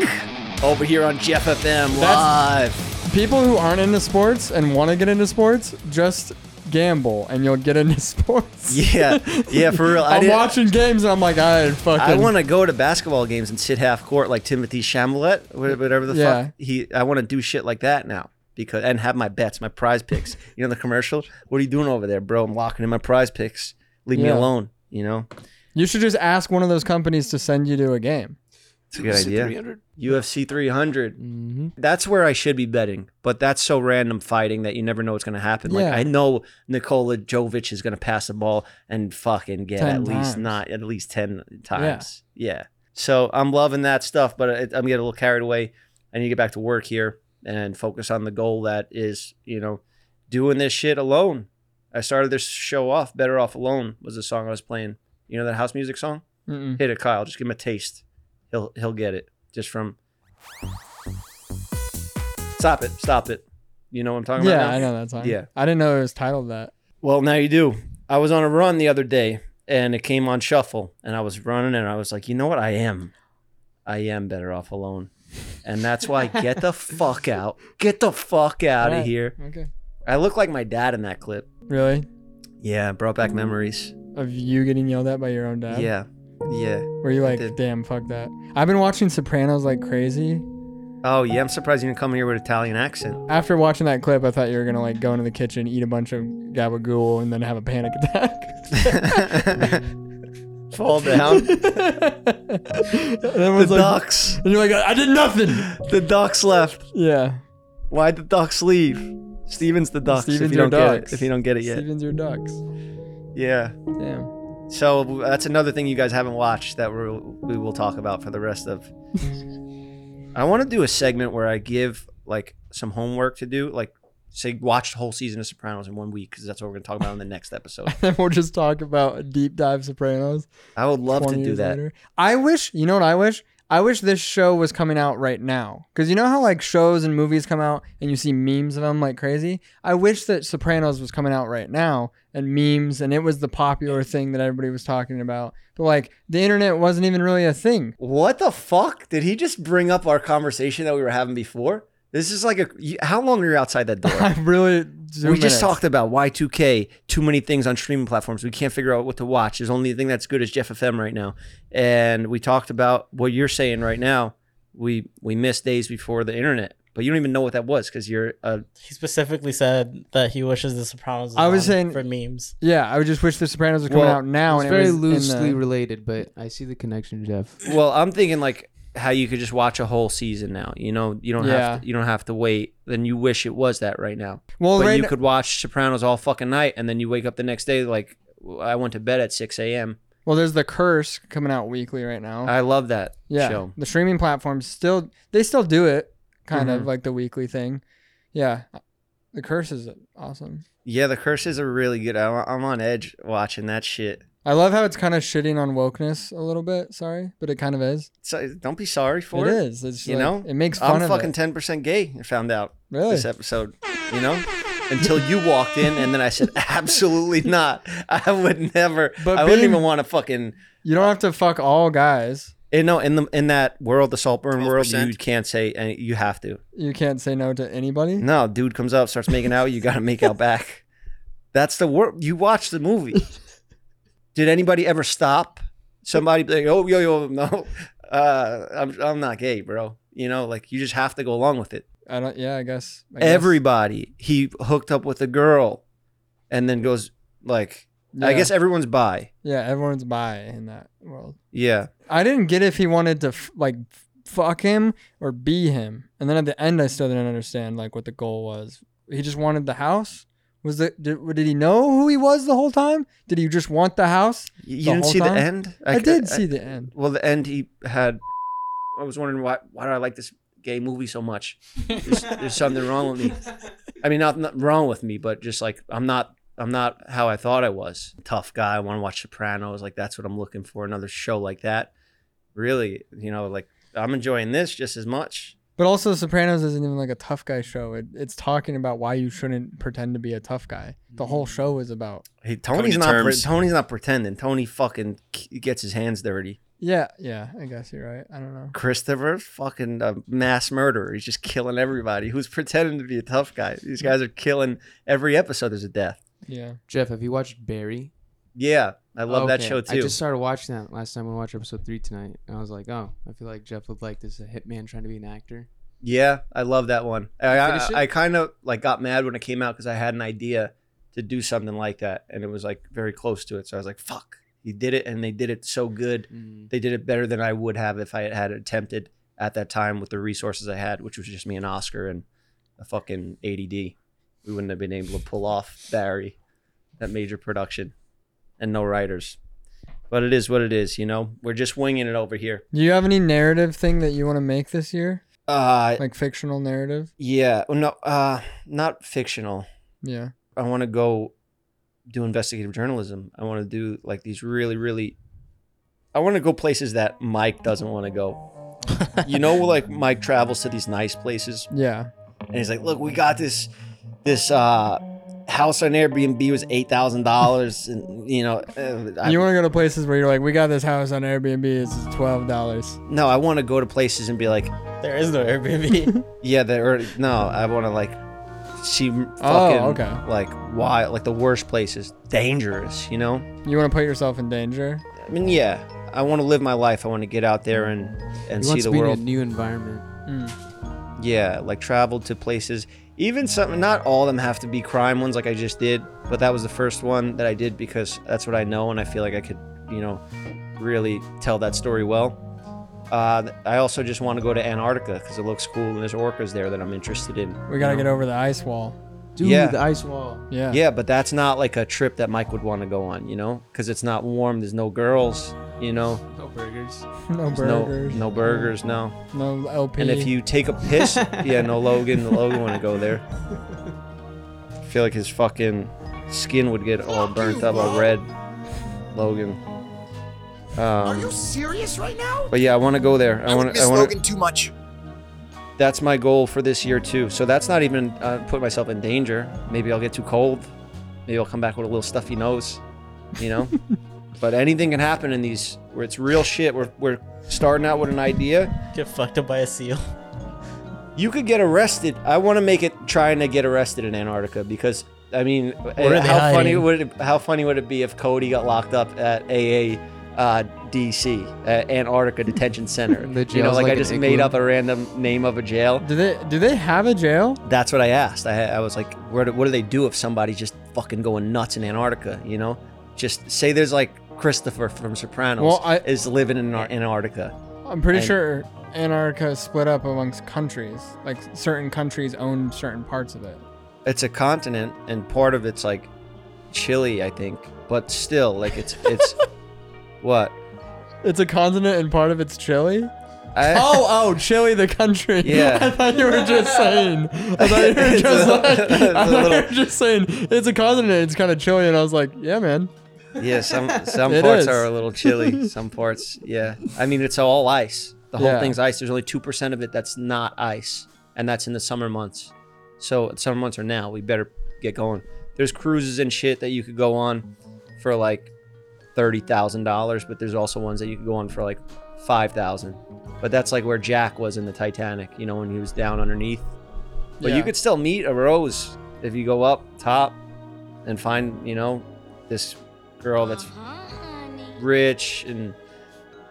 over here on Jeff FM live. people who aren't into sports and want to get into sports. Just gamble, and you'll get into sports. Yeah, yeah, for real. I I'm didn't- watching games, and I'm like, I fucking. I want to go to basketball games and sit half court like Timothy Chamlet, whatever the Yeah. fuck. He, I want to do shit like that now because and have my bets, my prize picks. You know the commercial. What are you doing over there, bro? I'm locking in my prize picks. Leave me Yeah. alone. You know. You should just ask one of those companies to send you to a game. It's a good idea. 300. UFC 300. Mm-hmm. That's where I should be betting, but that's so random fighting that you never know what's going to happen. Yeah. Like I know Nikola Jovic is going to pass the ball and fucking get 10 at times. least not at least 10 times. Yeah. So I'm loving that stuff, but it, I'm getting a little carried away. I need to get back to work here and focus on the goal that is, you know, doing this shit alone. I started this show off better off alone was the song I was playing. You know that house music song? Mm-mm. hit it, Kyle. Just give him a taste. He'll he'll get it just from. Stop it! Stop it! You know what I'm talking about? Yeah, now? I know that song. Yeah. I didn't know it was titled that. Well, now you do. I was on a run the other day, and it came on shuffle, and I was running, and I was like, you know what? I am, I am better off alone, and that's why get the fuck out, get the fuck out of Alright. here. Okay. I look like my dad in that clip. Really? Yeah, brought back memories. Of you getting yelled at by your own dad? Yeah, yeah. Were you like, did. damn, fuck that? I've been watching Sopranos like crazy. Oh yeah, I'm surprised you didn't come here with Italian accent. After watching that clip, I thought you were gonna like go into the kitchen, eat a bunch of gabagool, and then have a panic attack. Fall down. and the everyone's like, ducks. and you're like, I did nothing. The ducks left. Yeah. Why'd the ducks leave? Steven's the ducks. Steven's if you your don't get ducks. it, if you don't get it yet, Steven's your ducks. yeah. Damn. So that's another thing you guys haven't watched that we we will talk about for the rest of. I want to do a segment where I give like some homework to do, like say watch the whole season of Sopranos in one week because that's what we're gonna talk about in the next episode. And we'll just talk about a deep dive Sopranos. I would love to 20 do years that. later. I wish, you know what I wish? I wish this show was coming out right now. Because you know how like shows and movies come out and you see memes of them like crazy? I wish that Sopranos was coming out right now and memes and it was the popular thing that everybody was talking about. But like the internet wasn't even really a thing. What the fuck? Did he just bring up our conversation that we were having before? This is like a. you- How long are you outside that door? I really two we just minutes. talked about Y2K, too many things on streaming platforms. We can't figure out what to watch. There's only thing that's good is Jeff FM right now. And we talked about what you're saying right now. We we missed days before the internet, but you don't even know what that was because you're a He specifically said that he wishes The Sopranos. was I was on saying- for memes. Yeah, I would just wish the Sopranos was coming Well, out now It's and it very was in the- loosely related, but I see the connection, Jeff. well. I'm thinking like how you could just watch a whole season now. You know, you don't Yeah. have to, you don't have to wait. Then you wish it was that right now. well, but right you now- could watch Sopranos all fucking night, and then you wake up the next day like I went to bed at 6 a.m. well, there's the curse coming out weekly right now. I love that yeah show. the streaming platforms still they still do it kind Mhm. of like the weekly thing yeah the curse is awesome Yeah, the curses are really good. I'm, I'm on edge watching that shit. i love how it's kind of shitting on wokeness a little bit sorry but it kind of is So don't be sorry for it it. is it's you like- know? it makes fun I'm of fucking it. ten percent gay. I found out really this episode. You know, until you walked in, and then I said, absolutely not. I would never. But I wouldn't being- even want to fucking. you don't have to fuck all guys You know, in the in that world, the Saltburn world, you can't say, and you have to. you can't say no to anybody No, dude comes up, starts making out. You got to make out back. That's the word. You watch the movie. Did anybody ever stop somebody? be Like, oh, yo, yo, no, uh, I'm, I'm not gay, bro. You know, like you just have to go along with it. i don't yeah i guess I guess. Everybody, he hooked up with a girl, and then goes like, I Yeah. guess everyone's bi. yeah everyone's bi in that world Yeah, i didn't get if he wanted to f- like f- fuck him or be him and then at the end i still didn't understand like what the goal was he just wanted the house was the did, did he know who he was the whole time did he just want the house you, you The didn't whole see time? the end. i, did see I- the end well, the end he had. I was wondering why. Why do I like this gay movie so much? There's, there's something wrong with me. I mean, not, not wrong with me, but just like I'm not. I'm not how I thought I was. Tough guy. I want to watch Sopranos. Like that's what I'm looking for. Another show like that. Really, you know, like I'm enjoying this just as much. but also sopranos isn't even like a tough guy show it, it's talking about why you shouldn't pretend to be a tough guy the whole show is about Hey, Coming Tony's to not. Pre- terms. Tony's not pretending. Tony fucking k- gets his hands dirty. yeah yeah i guess you're right i don't know Christopher, fucking a mass murderer. He's just killing everybody. Who's pretending to be a tough guy? These guys are killing every episode. There's a death. yeah Jeff, have you watched Barry? Yeah, I love that show too. I just started watching that last time. We watched episode three tonight, and I was like, "Oh, I feel like Jeff would like this—a hitman trying to be an actor." Yeah, I love that one. I I, finish it? I kind of like got mad when it came out because I had an idea to do something like that, and it was like very close to it. So I was like, "Fuck, He did it, and they did it so good. Mm. They did it better than I would have if I had attempted at that time with the resources I had, which was just me and Oscar and a fucking ADD. We wouldn't have been able to pull off Barry, that major production, and no writers. But it is what it is, you know. We're just winging it over here. Do you have any narrative thing that you want to make this year? Uh, Like fictional narrative? yeah, well, no, uh, not fictional. Yeah. I want to go do investigative journalism. I want to do like these really, really. I want to go places that Mike doesn't want to go. you know, like Mike travels to these nice places, Yeah. and he's like, "Look, we got this, this uh, house on Airbnb was eight thousand dollars, and you know, uh, I, you want to go to places where you're like, we got this house on Airbnb. It's twelve dollars. no, I want to go to places and be like, There is no Airbnb. yeah, there, or no, I want to like see fucking Oh, okay. like wild, like the worst places, dangerous, you know." You want to put yourself in danger? I mean, yeah, I want to live my life. I want to get out there and and He see wants the to be world. in a new environment. yeah, like travel to places. Even some, not all of them have to be crime ones, like I just did. But that was the first one that I did because that's what I know, and I feel like I could, you know, really tell that story well. Uh, th- I also just want to go to Antarctica because it looks cool and there's orcas there that I'm interested in. We gotta get over the ice wall. Dude, Yeah. the ice wall. Yeah. Yeah, but that's not like a trip that Mike would want to go on, you know, because it's not warm. There's no girls, you know. No burgers. No There's no- burgers. no burgers, no. No, LP. And if you take a piss, yeah, no Logan. The Logan want to go there. I feel like his fucking skin would get all burnt up, all red. Logan. Are Um, you serious right now? but yeah, I want to go there. I I, want. would miss I want. Logan too much. That's my goal for this year too. So that's not even uh, put myself in danger. Maybe I'll get too cold. Maybe I'll come back with a little stuffy nose. You know. but anything can happen in these where it's real shit. We're we're starting out with an idea. Get fucked up by a seal. You could get arrested. I want to make it trying to get arrested in Antarctica because I mean, eh, are they how funny hiding? would it, how funny would it be if Cody got locked up at AA uh, DC, uh, Antarctica Detention Center? The you know, jail's like, like I an just igloo. made up a random name of a jail. do they do they have a jail? That's what I asked. I, I was like, where do, what do they do if somebody's just fucking going nuts in Antarctica? You know, just say there's like Christopher from Sopranos Well, I- is living in Ar- Antarctica. I'm pretty And- sure Antarctica is split up amongst countries. Like certain countries own certain parts of it. it's a continent and part of it's like chilly i think but still like it's it's what It's a continent and part of it's Chile. I, Oh, oh, Chile, the country. Yeah. I thought you were just saying. I thought you were It's just a- like. it's I a thought you little- were just saying it's a continent. It's kind of chilly, and I was like, yeah, man. yeah some some It parts is. are a little chilly some parts yeah i mean it's all ice the whole Yeah. thing's ice there's only 2% of it that's not ice and that's in the summer months so summer months are now we better get going there's cruises and shit that you could go on for like $30000 but there's also ones that you could go on for like 5000 but that's like where jack was in the titanic you know when he was down underneath But Yeah. you could still meet a rose if you go up top and find, you know, this girl that's rich and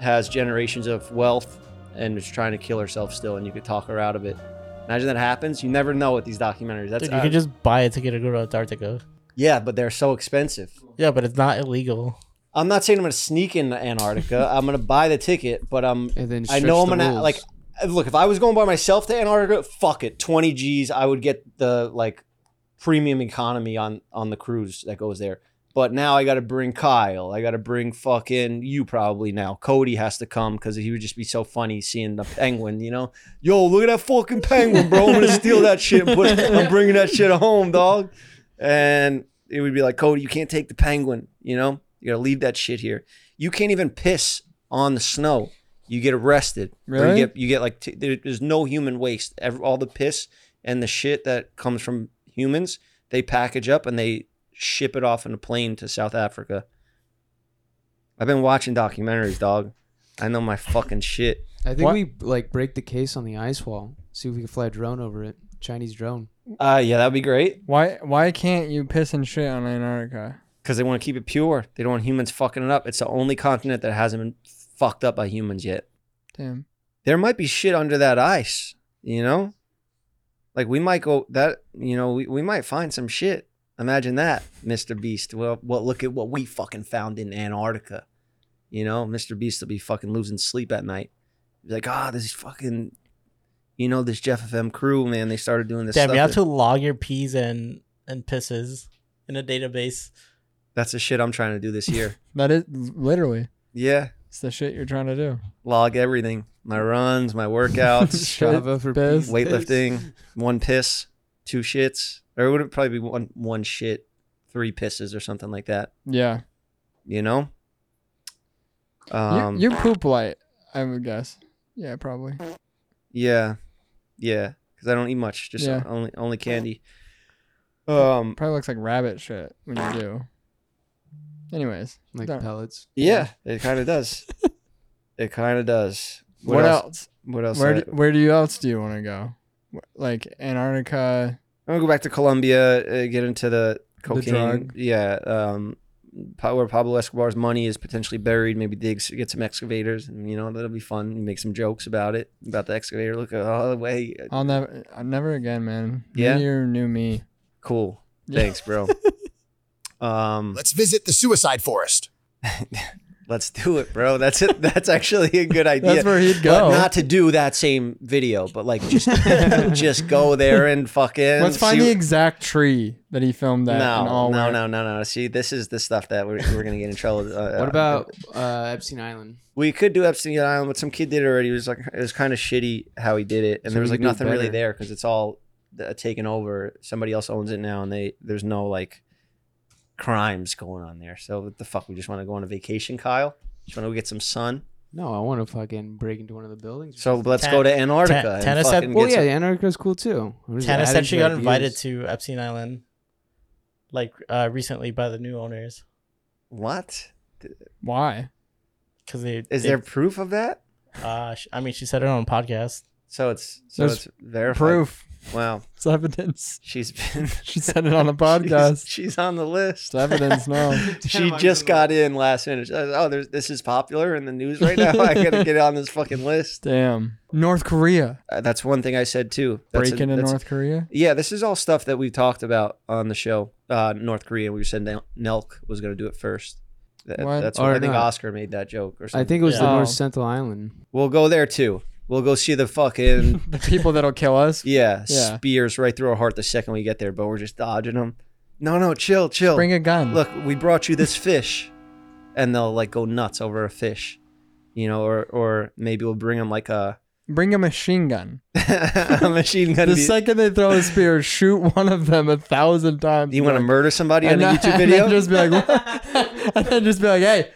has generations of wealth and is trying to kill herself still, and you could talk her out of it. Imagine that happens. You never know with these documentaries. That's Dude, you uh, can just buy a ticket to go to Antarctica. yeah, but they're so expensive. Yeah, but it's not illegal. I'm not saying I'm going to sneak into Antarctica. I'm going to buy the ticket, but I'm. And then I stretch know I'm the going to rules. like. Look, if I was going by myself to Antarctica, fuck it, 20 G's. I would get the like premium economy on on the cruise that goes there. But now I got to bring Kyle. I got to bring fucking you probably now. Cody has to come because he would just be so funny seeing the penguin. You know, yo, look at that fucking penguin, bro. I'm gonna steal that shit. And put, I'm bringing that shit home, dog. And it would be like, Cody, you can't take the penguin. You know, you gotta leave that shit here. You can't even piss on the snow. You get arrested. Or Really? You get you get like t- there- there's no human waste. Ev- all the piss and the shit that comes from humans, they package up and they ship it off in a plane to South Africa. I've been watching documentaries, dog. I know my fucking shit. I think What? we like break the case on the ice wall. See if we can fly a drone over it. Chinese drone. Uh yeah, that'd be great. Why? Why can't you piss and shit on Antarctica? Because they want to keep it pure. They don't want humans fucking it up. It's the only continent that hasn't been fucked up by humans yet. Damn. There might be shit under that ice, you know? Like we might go that you know, we, we might find some shit. Imagine that, Mr. Beast. Well, well, look at what we fucking found in Antarctica. You know, Mr. Beast will be fucking losing sleep at night. He's like, ah, this fucking, you know, this Jeff FM crew, man. They started doing this. Damn, stuff you have that- to log your peas and and pisses in a database. That's the shit I'm trying to do this year. That is literally yeah, it's the shit you're trying to do. log everything: my runs, my workouts, Strava for Piss. peas. weightlifting, one piss, two shits, or it would probably be one one shit, three pisses, or something like that. Yeah. You know. You- Um, you, poop light, I would guess. Yeah, probably. Yeah, yeah. Because I don't eat much. Just Yeah. only only candy. Um. Probably looks like rabbit shit when you do. Anyways, like Don't- pellets. Yeah, it kind of does. it kind of does. what, else? What else? Where I- do, where do you else do you want to go? Wh- Like Antarctica. I'm gonna go back to Colombia. Uh, get into the cocaine. drug. Yeah. Um. pa- Where Pablo Escobar's money is potentially buried. Maybe dig, s- get some excavators, and you know that'll be fun. Make some jokes about it, about the excavator. Look all the way. I'll never, I'll never again, man. Yeah? New year, new me. Cool. Yeah. Thanks, bro. um. Let's visit the suicide forest. Let's do it, bro. That's it. That's actually a good idea. That's where he'd But go. not to do that same video, but like just just go there and fucking. Let's find see- the exact tree that he filmed that. no, and all no, where- no, no, no. See, this is the stuff that we're, we're gonna get in trouble. Uh, What about uh, Epstein Island? we could do Epstein Island, but some kid did it already. It was like it was kind of shitty how he did it, and So there was we like could do nothing really better. there because it's all uh, taken over. Somebody else owns it now, and they there's no like crimes going on there. So what the fuck? We just want to go on a vacation, Kyle. Just want to get some sun. No, I want to fucking break into one of the buildings. So let's go to Antarctica. and Tana said- fucking well, get some- yeah, Antarctica's cool too. I'm just Tana adding said to she the got invited ideas. to Epstein Island, like uh, recently by the new owners, What Why? because they is they- there proof of that? Uh, sh- I mean, she said it on a podcast. So it's so There's it's verified. Proof. Wow, It's evidence. she's been She said it on a she's, podcast. she's on the list. It's evidence now. She just got in last minute. She says, oh, there's, this is popular in the news right now. I gotta get on this fucking list. Damn. North Korea. Uh, that's one thing I said too. That's a- Breaking in that's- North Korea. Yeah, this is all stuff that we've talked about on the show. Uh, North Korea. We said Nel- Nelk was gonna do it first. That- What? That's Or what I think not. Oscar made that joke or something. I think it was the Yeah. North Oh. Central Island. we'll go there too. We'll go see the fucking The people that'll kill us. yeah, Yeah. spears right through our heart the second we get there, but we're just dodging them. No, no, chill, chill. Bring a gun. look, we brought you this fish, and they'll like go nuts over a fish, you know, or or maybe we'll bring them like a, Bring a machine gun. a machine gun. The Do you- second they throw a spear, shoot one of them a thousand times. do you want to Like, murder somebody on and a then- YouTube And then video? just be like, what? and then just be like, hey,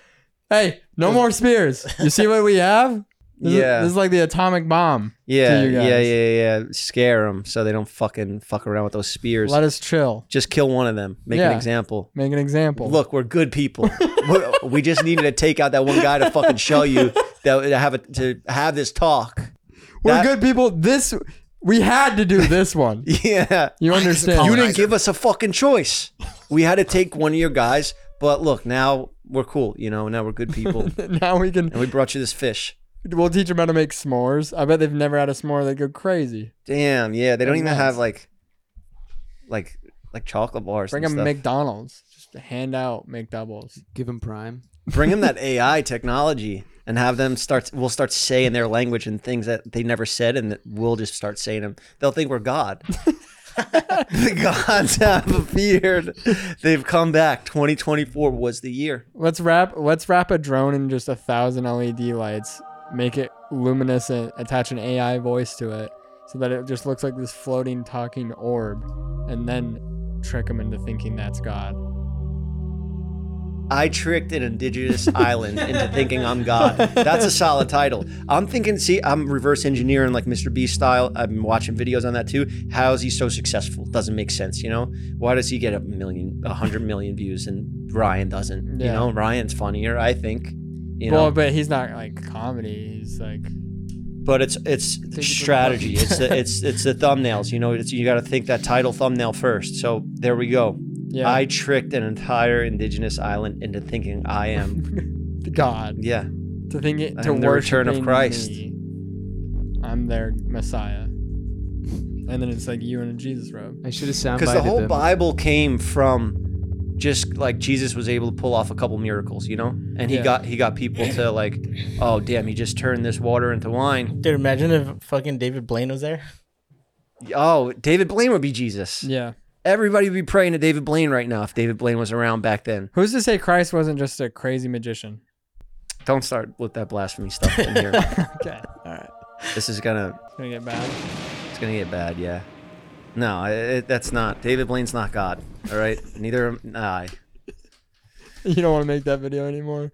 hey, no more spears. You see what we have? This Yeah. Is, this is like the atomic bomb. yeah, you yeah, yeah, guys. yeah. Scare them so they don't fucking fuck around with those spears. Let us chill. just kill one of them. Make an Yeah. example. Make an example. Look, we're good people. We- we just needed to take out that one guy to fucking show you that to have a, to have this talk. we're that- good people. This we had to do this one. Yeah. You understand? You didn't give us a fucking choice. We had to take one of your guys, but look, now we're cool. You know, now we're good people, and now we can. we brought you this fish. We'll teach them how to make s'mores. I bet they've never had a s'more. They go crazy. Damn, yeah, they don't even Nice. have like, like, like chocolate bars. Bring and stuff. them McDonald's. Just hand out McDoubles. Give him prime. Bring them that AI technology and have them start. We'll start saying their language and things that they never said, and that we'll just start saying them. They'll think we're God. the gods have appeared. They've come back. 2024 was the year. Let's wrap. Let's wrap a drone in just a thousand LED lights. Make it luminous and attach an AI voice to it, so that it just looks like this floating talking orb, and then trick them into thinking that's God. I tricked an indigenous island into thinking I'm God. That's a solid title. I'm thinking, see, I'm reverse engineering like Mr. Beast style. I've been watching videos on that too. How is he so successful? Doesn't make sense, you know? Why does he get a million, a hundred million views and Ryan doesn't? You Yeah. know, Ryan's funnier, I think. You know, well, but he's not like comedy. He's like but it's it's the strategy. punch. It's the, it's it's the thumbnails. You know, it's, you got to think that title thumbnail first. So there we go. yeah, I tricked an entire indigenous island into thinking I am. God. Yeah. To think it to I'm the return of worshiping Christ. me. I'm their Messiah. and then it's like you in a Jesus robe. I should have Because the soundbited whole them. Bible came from just like Jesus was able to pull off a couple miracles, you know, and he Yeah. got he got people to like, oh damn, he just turned this water into wine. Dude, imagine if fucking David Blaine was there. Oh, David Blaine would be Jesus. Yeah. Everybody would be praying to David Blaine right now if David Blaine was around back then. Who's to say Christ wasn't just a crazy magician? Don't start with that blasphemy stuff in here. Okay. All right. this is gonna It's gonna get bad. it's gonna get bad. Yeah. No, I- it, that's not David Blaine's not God. All right. Neither am I. You don't want to make that video anymore.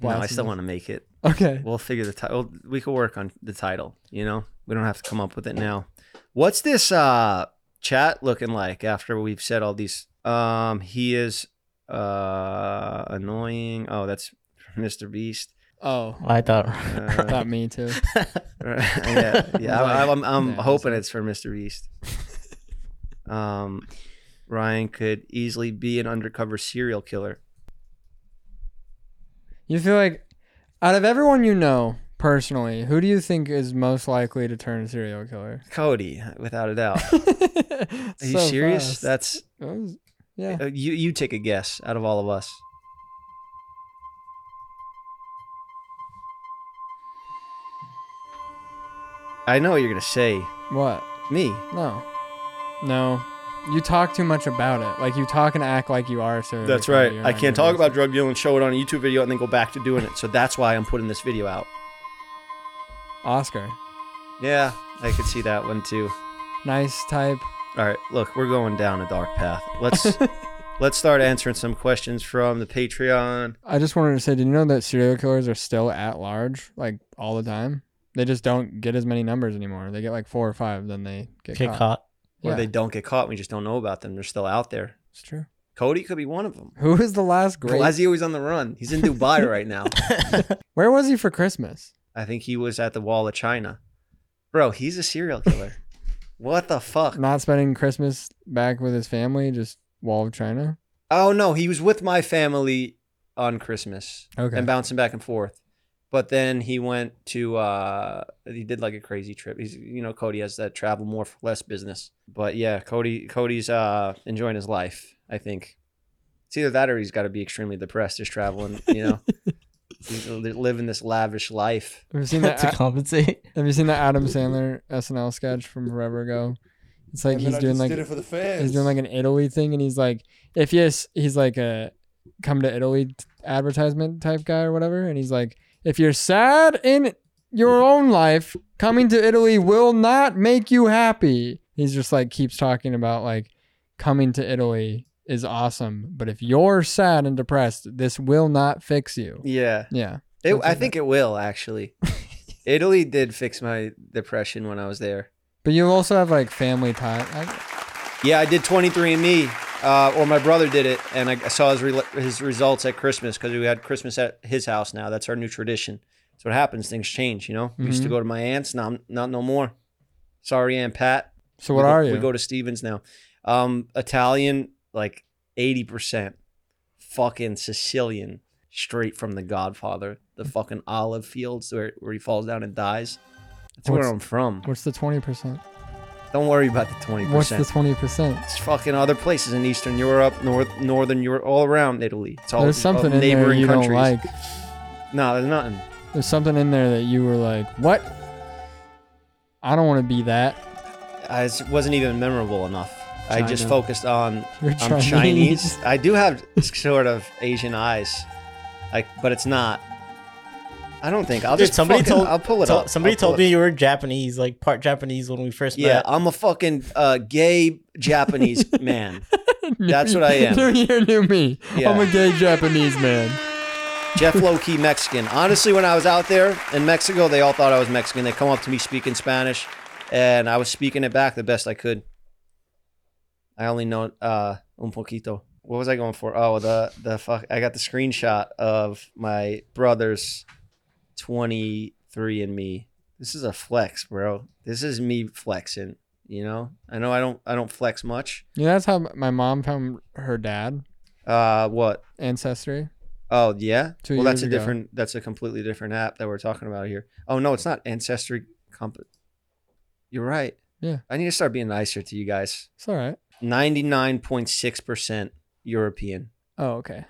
No, I still want to make it. Okay. We'll figure the title. We could work on the title. You know, we don't have to come up with it now. What's this uh chat looking like after we've said all these? Um, he is uh annoying. Oh, that's Mr. Beast. Oh, I thought. Uh, not me too. yeah, yeah. I, I'm, I'm Yeah, hoping it's for Mr. Beast. Um, Ryan could easily be an undercover serial killer. You feel like, out of everyone you know personally, who do you think is most likely to turn serial killer? Cody, without a doubt. Are Are you serious? That's That's yeah. uh, you. You take a guess out of all of us. I know what you're gonna say. What? Me. No. No. You talk too much about it. Like you talk and act like you are a serial That's killer. right. You're I not can't doing talk about it. drug dealing, show it on a YouTube video, and then go back to doing it. So that's why I'm putting this video out. Oscar. Yeah, I could see that one too. Nice type. All right, look, we're going down a dark path. Let's let's start answering some questions from the Patreon. I just wanted to say, did you know that serial killers are still at large, like all the time? They just don't get as many numbers anymore. They get like four or five, then they get, Get caught. caught. Where Yeah, they don't get caught, we just don't know about them. They're still out there. it's true. Cody could be one of them. Who is the last Why great? is he always on the run? He's in Dubai right now. Where was he for Christmas? I think he was at the Wall of China. Bro, he's a serial killer. what the fuck? Not spending Christmas back with his family, just Wall of China. Oh no, he was with my family on Christmas Okay. and bouncing back and forth. But then he went to uh he did like a crazy trip. He's you know Cody has that travel more for less business. But yeah, Cody Cody's uh enjoying his life, I think. It's either that or he's got to be extremely depressed just traveling, you know. he's li- living this lavish life. Have you seen that? to compensate. Have you seen that Adam Sandler SNL sketch from forever ago? It's like he's doing like he's doing like an Italy thing, and he's like, if yes, he's like a come to Italy t- advertisement type guy or whatever, and he's like, if you're sad in your own life, coming to Italy will not make you happy. He's just like keeps talking about like coming to Italy is awesome, but if you're sad and depressed, this will not fix you. Yeah. Yeah, It, That's I it. think it will actually. Italy did fix my depression when I was there. but you also have like family time. I- Yeah, I did 23andMe, uh, or my brother did it, and I I saw his re- his results at Christmas because we had Christmas at his house now. That's our new tradition. That's what happens. Things change, you know. We used to Mhm. go to my aunt's, now I'm- not no more. Sorry, Aunt Pat. So what we go, are you? We go to Stevens now. Um, Italian, like eighty percent. Fucking Sicilian, straight from The Godfather. The fucking olive fields where where he falls down and dies. That's where What's- I'm from. What's the twenty percent? Don't worry about the twenty percent. What's the twenty percent? It's fucking other places in Eastern Europe, North Northern Europe, all around Italy. It's all There's all something in there neighboring you countries. don't like. No, there's nothing. There's something in there that you were like, "What? I don't want to be that." I it wasn't even memorable enough. I just China. focused on You're I'm Chinese. Chinese. I do have sort of Asian eyes, like, but it's not. I don't think I'll Dude, just fucking- I'll pull it told- up. Somebody I'll pull told it- me you were Japanese, like part Japanese when we first Yeah, met. I'm a fucking uh, gay Japanese man. That's what I am. New year, new me. I'm a Yeah. gay Japanese man. Jeff Loki Mexican. Honestly, when I was out there in Mexico, they all thought I was Mexican. They come up to me speaking Spanish, and I was speaking it back the best I could. I only know uh, un poquito. What was I going for? Oh, the the fuck! I got the screenshot of my brother's twenty three and me. This is a flex, bro. This is me flexing. You know, I know I don't I don't flex much. You know, that's how my mom found her dad Uh, what? ancestry. Oh yeah. Two well, that's years a ago. different. That's a completely different app that we're talking about here. Oh no, it's not Ancestry. Comp- You're right. Yeah. I need to start being nicer to you guys. It's all right. 99.6% European. Oh, okay.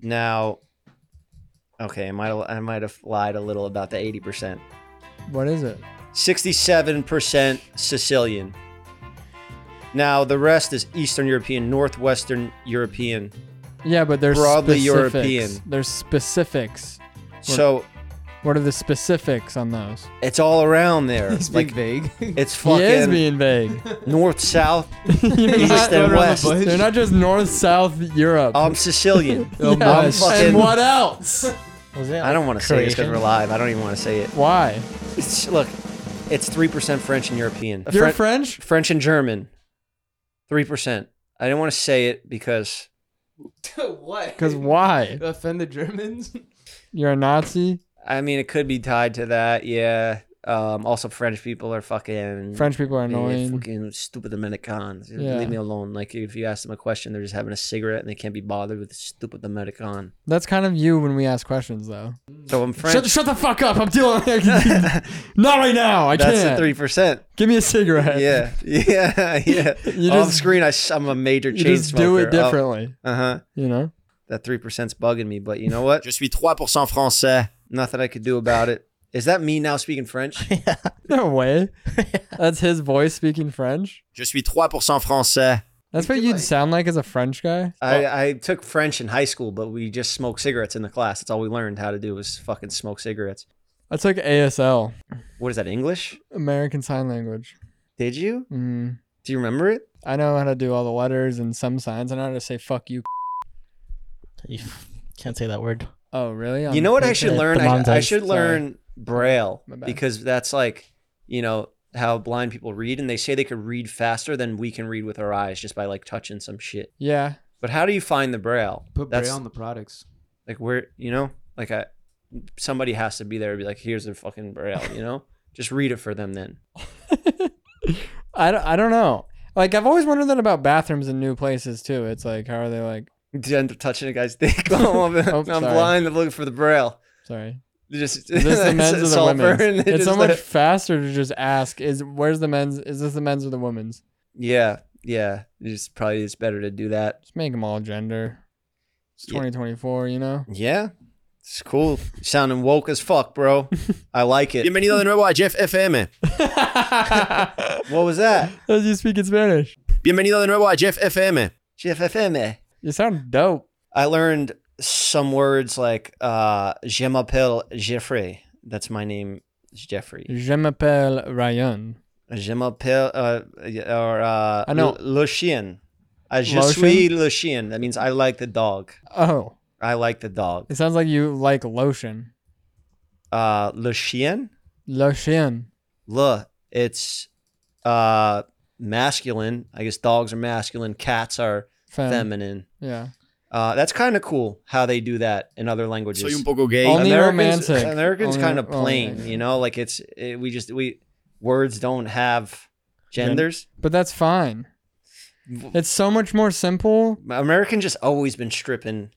Now, okay, I might I might have lied a little about the 80%. What is it? 67% Sicilian. Now, the rest is Eastern European, Northwestern European. Yeah, but there's Broadly specifics. European. There's specifics. So What are the specifics on those? it's all around there. It's like, like vague. It's He is fucking being vague. north, south, You're east, not- and around the west. bush. They're not just North, South Europe. I'm Sicilian. Oh, Yeah. I'm nice. fucking- and what else? Was it? I don't want to say this because Croatian? we're live. I don't even want to say it. Why? It's, look, it's 3% French and European. You're Fren- French? French and German, 3%. I didn't want to say it because what? Because why? offend the Germans? You're a Nazi? I mean, it could be tied to that. Yeah. Um, also, French people are fucking French people are they're annoying. Fucking stupid Americans. Yeah. Leave me alone. Like if you ask them a question, they're just having a cigarette and they can't be bothered with stupid American. That's kind of you when we ask questions, though. So I'm Shut, French. shut the fuck up. I'm dealing Not right now. I That's the can't. three percent. Give me a cigarette. Yeah, yeah, yeah. You Off just- screen, I, am a major You chain just do it differently. Uh huh. You know? That three percent's bugging me, but you know what? Je suis 3% français. Nothing I could do about it. Is that me now speaking French? No way. That's his voice speaking French. Je suis 3% français. That's what you'd sound like as a French guy. I, I took French in high school, but we just smoked cigarettes in the class. That's all we learned how to do was fucking smoke cigarettes. That's like ASL, What is that, English? American Sign Language. Did you? Mm. Do you remember it? I know how to do all the letters and some signs. I know how to say fuck you. You can't say that word. Oh, really? you I'm know what I thinking should it- learn? the I, mom I does. should Sorry. learn Braille My bad. because that's like, you know, how blind people read, and they say they could read faster than we can read with our eyes just by like touching some shit. Yeah. But how do you find the Braille? Put that's Braille on the products. like where you know, like I, somebody has to be there to be like, here's the fucking Braille, you know. Just read it for them then. I don't, I don't know. Like, I've always wondered that about bathrooms in new places, too. It's like, how are they like, You end up touching a guy's dick. Oh, I'm, Oh, I'm sorry. blind. I'm looking for the Braille. sorry. They Just Is this the men's or the sulfur women's? and they It's so just much let- faster to just ask, is where's the men's? Is this the men's or the women's? Yeah, yeah. It's probably it's better to do that. Just make them all gender. It's Yeah. 2024, you know? Yeah. It's cool. Sounding woke as fuck, bro. I like it. Bienvenido de nuevo a Jeff eh? FM. What was that? As you speak in Spanish. Bienvenido de nuevo a Jeff eh? FM. GFFM. You sound dope. eh? I learned some words like uh je m'appelle Jeffrey. That's my name is Jeffrey. Je m'appelle Ryan. Je m'appelle uh, or uh I know. le chien. Uh, je Lotion? suis le chien. That means I like the dog. Oh, I like the dog. it sounds like you like lotion. Uh le chien? Lotion. Le it's uh masculine. I guess dogs are masculine, cats are Femme. feminine. Yeah. Uh, that's kind of cool how they do that in other languages. Soy un poco gay. Oh, Only Americans, romantic. Americans Only- oh, kind of plain, romantic. you know, like it's it, we just we words don't have genders. But that's fine. It's so much more simple American just always been stripping,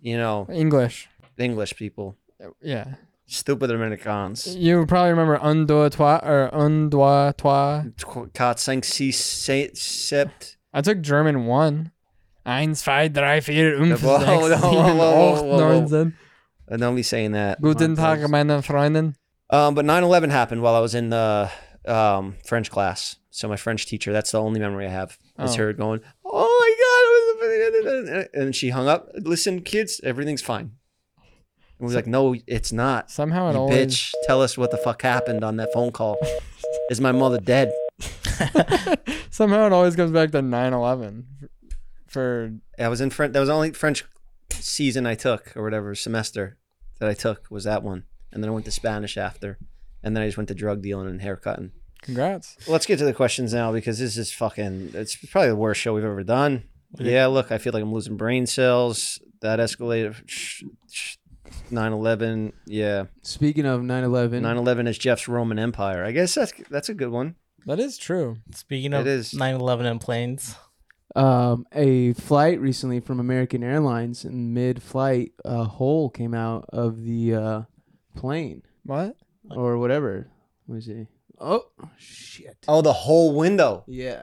you know, English. English people, Yeah. stupid Americans. You probably remember un, deux, trois, or un, deux, trois. Quatre, cinq, six, sept, sept. I took German one. Eins, zwei, drei, vier, fünf, Whoa, sechs, whoa, sieben, whoa, whoa, acht, whoa, neun, whoa. zehn. And Uh, don't be saying that. Guten Tag, meine Freundin. Um, but 9-11 happened while I was in the um, French class. So my French teacher, that's the only memory I have, is Oh. her going, "Oh my god!" it was- And she hung up. Listen, kids, everything's fine. And we are like, "No, it's not, Somehow it you always. bitch. Tell us what the fuck happened on that phone call. Is my mother dead?" Somehow it always comes back to 9/11. For I was in French. That was the only French season I took, or whatever semester that I took was that one. And then I went to Spanish after, and then I just went to drug dealing and haircutting. congrats. Let's get to the questions now because this is fucking. It's probably the worst show we've ever done. Yeah, look, I feel like I'm losing brain cells. That escalated. sh- sh- 9/11. Yeah, Speaking of 9/11, 9/11 is Jeff's Roman Empire. I guess that's that's a good one. That is true. Speaking It of is. 9/11 and planes, um, a flight recently from American Airlines in mid-flight, a hole came out of the uh, plane What? or whatever. What is it? Oh shit. Oh, the whole window. Yeah.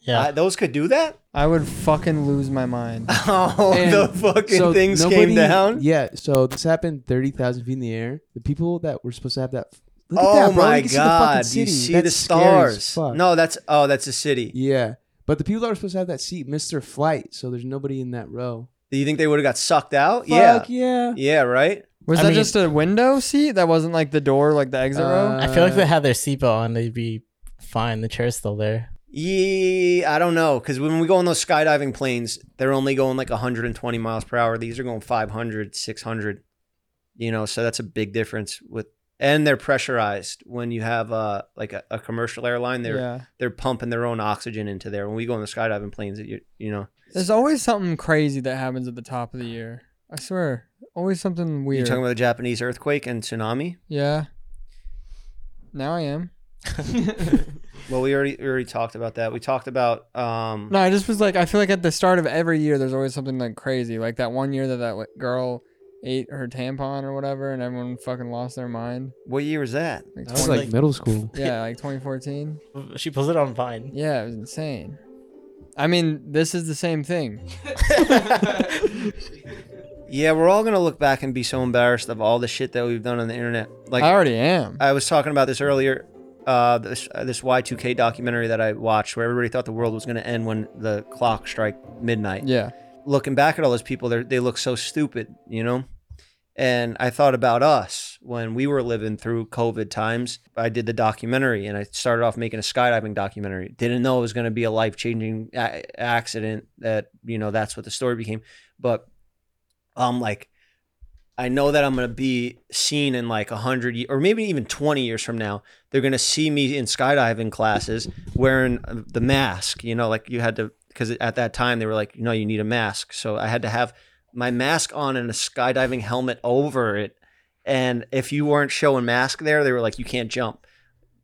Yeah. I- those could do that. I would fucking lose my mind. Oh, And the fucking so things came nobody- down. Yeah. So this happened thirty thousand feet in the air. The people that were supposed to have that. Look oh at that, bro. my you can see the fucking god! you city. see That's the scary as stars. fuck. No, that's oh, that's a city. Yeah. But the people that were supposed to have that seat missed their flight, so there's nobody in that row. Do you think they would have got sucked out? Fuck yeah. yeah. Yeah. Right. Was I that mean- just a window seat? That wasn't like the door, like the exit row? I feel like if Uh, they had their seatbelt on, they'd be fine. The chair's still there. Yeah, I don't know because when we go on those skydiving planes, they're only going like 120 miles per hour. These are going 500, 600. You know, so that's a big difference with, and they're pressurized. When you have uh like a, a commercial airline, they're Yeah. they're pumping their own oxygen into there. When we go on the skydiving planes, that you you know, There's always something crazy that happens at the top of the year. I swear. Always something you're weird. talking about the Japanese earthquake and tsunami. yeah. Now I am. Well, we already we already talked about that. We talked about um No, I just was like, I feel like at the start of every year, there's always something like crazy. Like that one year that that like, girl ate her tampon or whatever, and everyone fucking lost their mind. what year was that? Like That That was 20 like, like- middle school. yeah, like 2014. She posted on Vine. Yeah, it was insane. I mean, this is the same thing. Yeah, we're all gonna look back and be so embarrassed of all the shit that we've done on the internet. Like I already am. I was talking about this earlier. Uh, this uh, this Y2K documentary that I watched, where everybody thought the world was going to end when the clock strike midnight. yeah. Looking back at all those people, they they look so stupid, you know. And I thought about us when we were living through COVID times. I did the documentary, and I started off making a skydiving documentary. Didn't know it was going to be a life changing a- accident. That you know, that's what the story became. But I'm like, I know that I'm going to be seen in like 100 ye- or maybe even 20 years from now. They're going to see me in skydiving classes wearing uh, the mask, you know, like you had to, because at that time they were like, no, you need a mask. So I had to have my mask on and a skydiving helmet over it. And if you weren't showing mask there, they were like, you can't jump.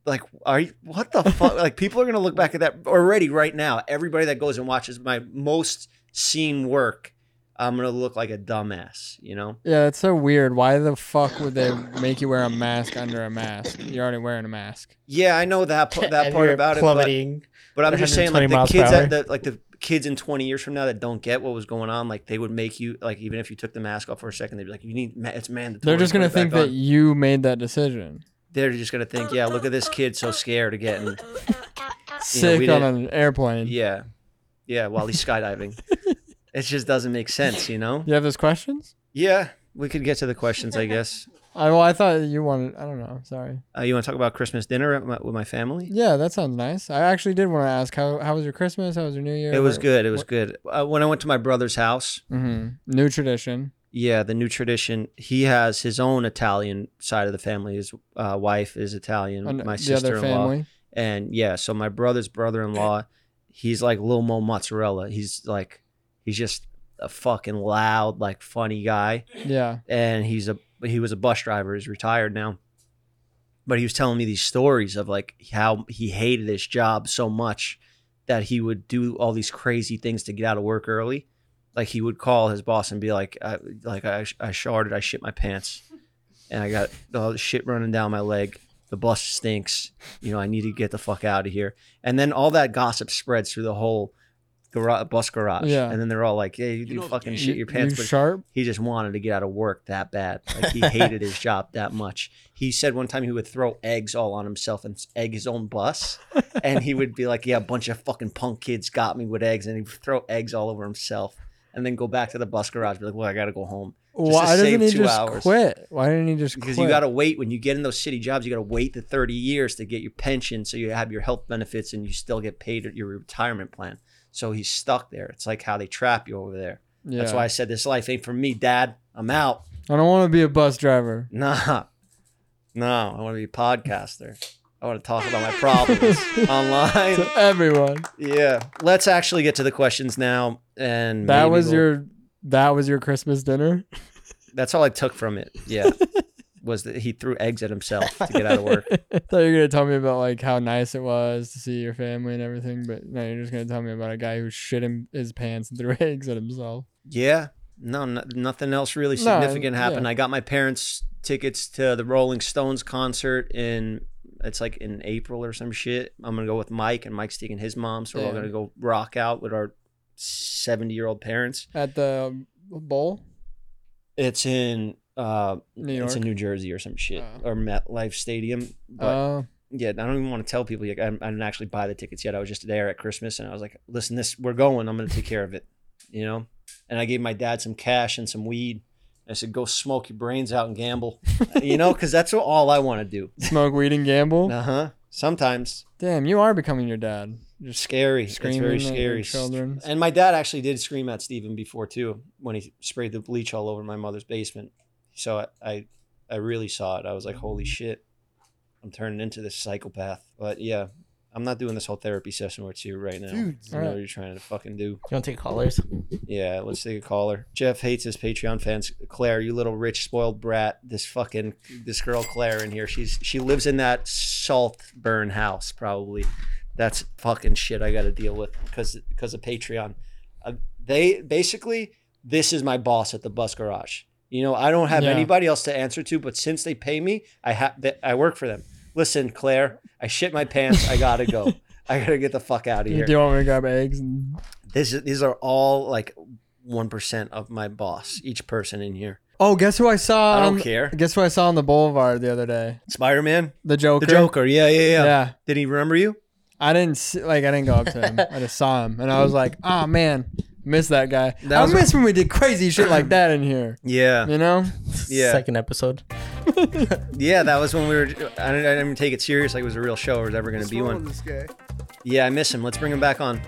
Like, are you, what the fuck? like, people are going to look back at that already right now. Everybody that goes and watches my most seen work, I'm going to look like a dumbass, you know? Yeah, it's so weird. Why the fuck would they make you wear a mask under a mask? You're already wearing a mask. Yeah, I know that p- that And part you're about it, but, plummeting. but I'm just saying, like 120 the miles per kids, hour. that, that, like the kids in 20 years from now that don't get what was going on, like they would make you, like even if you took the mask off for a second, they'd be like, you need, ma- it's mandatory. They're just to put gonna it back think that on." you made that decision. they're just gonna think, yeah, look at this kid so scared of getting, Sick we on didn't- an airplane. yeah, yeah, while he's skydiving. it just doesn't make sense, you know. You have those questions? Yeah, we could get to the questions, I guess. I well, I thought you wanted. I don't know. Sorry. Uh, you want to talk about Christmas dinner at my, with my family? Yeah, that sounds nice. I actually did want to ask how how was your Christmas? How was your New Year? It was good. It was good. Uh, when I went to my brother's house, hmm New tradition. yeah, the new tradition. He has his own Italian side of the family. His uh, wife is Italian. on my the other sister-in-law, family. and yeah, so my brother's brother-in-law, he's like Lil Mo Mozzarella. He's like, he's just a fucking loud, like funny guy, Yeah. and he's a he was a bus driver. He's retired now, but he was telling me these stories of like how he hated his job so much that he would do all these crazy things to get out of work early. Like he would call his boss and be like, I, like I, sh- I sharded, I shit my pants, and I got all the shit running down my leg. The bus stinks. You know, I need to get the fuck out of here. And then all that gossip spreads through the whole gara- bus garage. Yeah. And then they're all like, "Yeah, you, do fucking shit your pants." You but- sharp? he just wanted to get out of work that bad. Like he hated his job that much. He said one time he would throw eggs all on himself and egg his own bus, and he would be like, "Yeah, a bunch of fucking punk kids got me with eggs," and he'd throw eggs all over himself, and then go back to the bus garage, be like, "Well, I gotta go home." to Why save doesn't he two just hours. quit? Why didn't he just Because quit? you gotta wait when you get in those city jobs, you gotta wait the thirty years to get your pension, so you have your health benefits and you still get paid at your retirement plan. So he's stuck there. It's like how they trap you over there. That's Yeah. why I said this life ain't for me, Dad. I'm out. I don't want to be a bus driver. Nah. No, I want to be a podcaster. I want to talk about my problems online. to everyone. Yeah. Let's actually get to the questions now. And That maybe was we'll- your that was your Christmas dinner. That's all I took from it. Yeah. was that he threw eggs at himself to get out of work. I thought you were gonna tell me about like how nice it was to see your family and everything, but no, you're just gonna tell me about a guy who shit him his pants and threw eggs at himself. Yeah. No, no nothing else really No, significant yeah. happened. I got my parents tickets to the Rolling Stones concert in It's like in April or some shit. I'm gonna go with Mike, and Mike's taking his mom, so we're all Damn. gonna go rock out with our 70 year old parents. at the um, bowl. It's in uh, New it's in York? New Jersey or some shit Oh. or MetLife Stadium. But Uh, yeah, I don't even want to tell people. Like, I, I didn't actually buy the tickets yet. I was just there at Christmas, and I was like, "Listen, this we're going. I'm going to take care of it," you know. And I gave my dad some cash and some weed. I said, "Go smoke your brains out and gamble," you know, because that's what, all I want to do. smoke weed and gamble. Uh huh. Sometimes Damn, you are becoming your dad. it's scary. it's Screaming very at your scary. children. And my dad actually did scream at Steven before too when he sprayed the bleach all over my mother's basement. So I, I, I really saw it. I was like, holy shit, I'm turning into this psychopath. But yeah, I'm not doing this whole therapy session with you right now. I know Alright. what you're trying to fucking do. You want to take callers? Yeah, let's take a caller. Jeff hates his Patreon fans. Claire, you little rich spoiled brat. This fucking this girl Claire in here. She's she lives in that salt burn house probably. That's fucking shit I got to deal with because because of Patreon. Uh, they basically this is my boss at the bus garage. You know I don't have Yeah. anybody else to answer to, but since they pay me, I have I work for them. Listen, Claire, I shit my pants. I gotta go. I gotta get the fuck out of here You do want me to grab eggs? And... this is, these are all like one percent of my boss. Each person in here. Oh, guess who I saw? I don't on- care. Guess who I saw on the boulevard the other day? Spider Man, The Joker. the Joker. Yeah, yeah, yeah, Yeah. Did he remember you? I didn't see, like I didn't go up to him. I just saw him, and I was like, "Oh man, miss that guy. That I was- miss when we did crazy shit like that in here. Yeah, You know? Yeah. Second episode. yeah. That was when we were. I didn't, I didn't even take it serious. Like it was a real show or was ever going to be one. This guy. Yeah, I miss him. Let's bring him back on.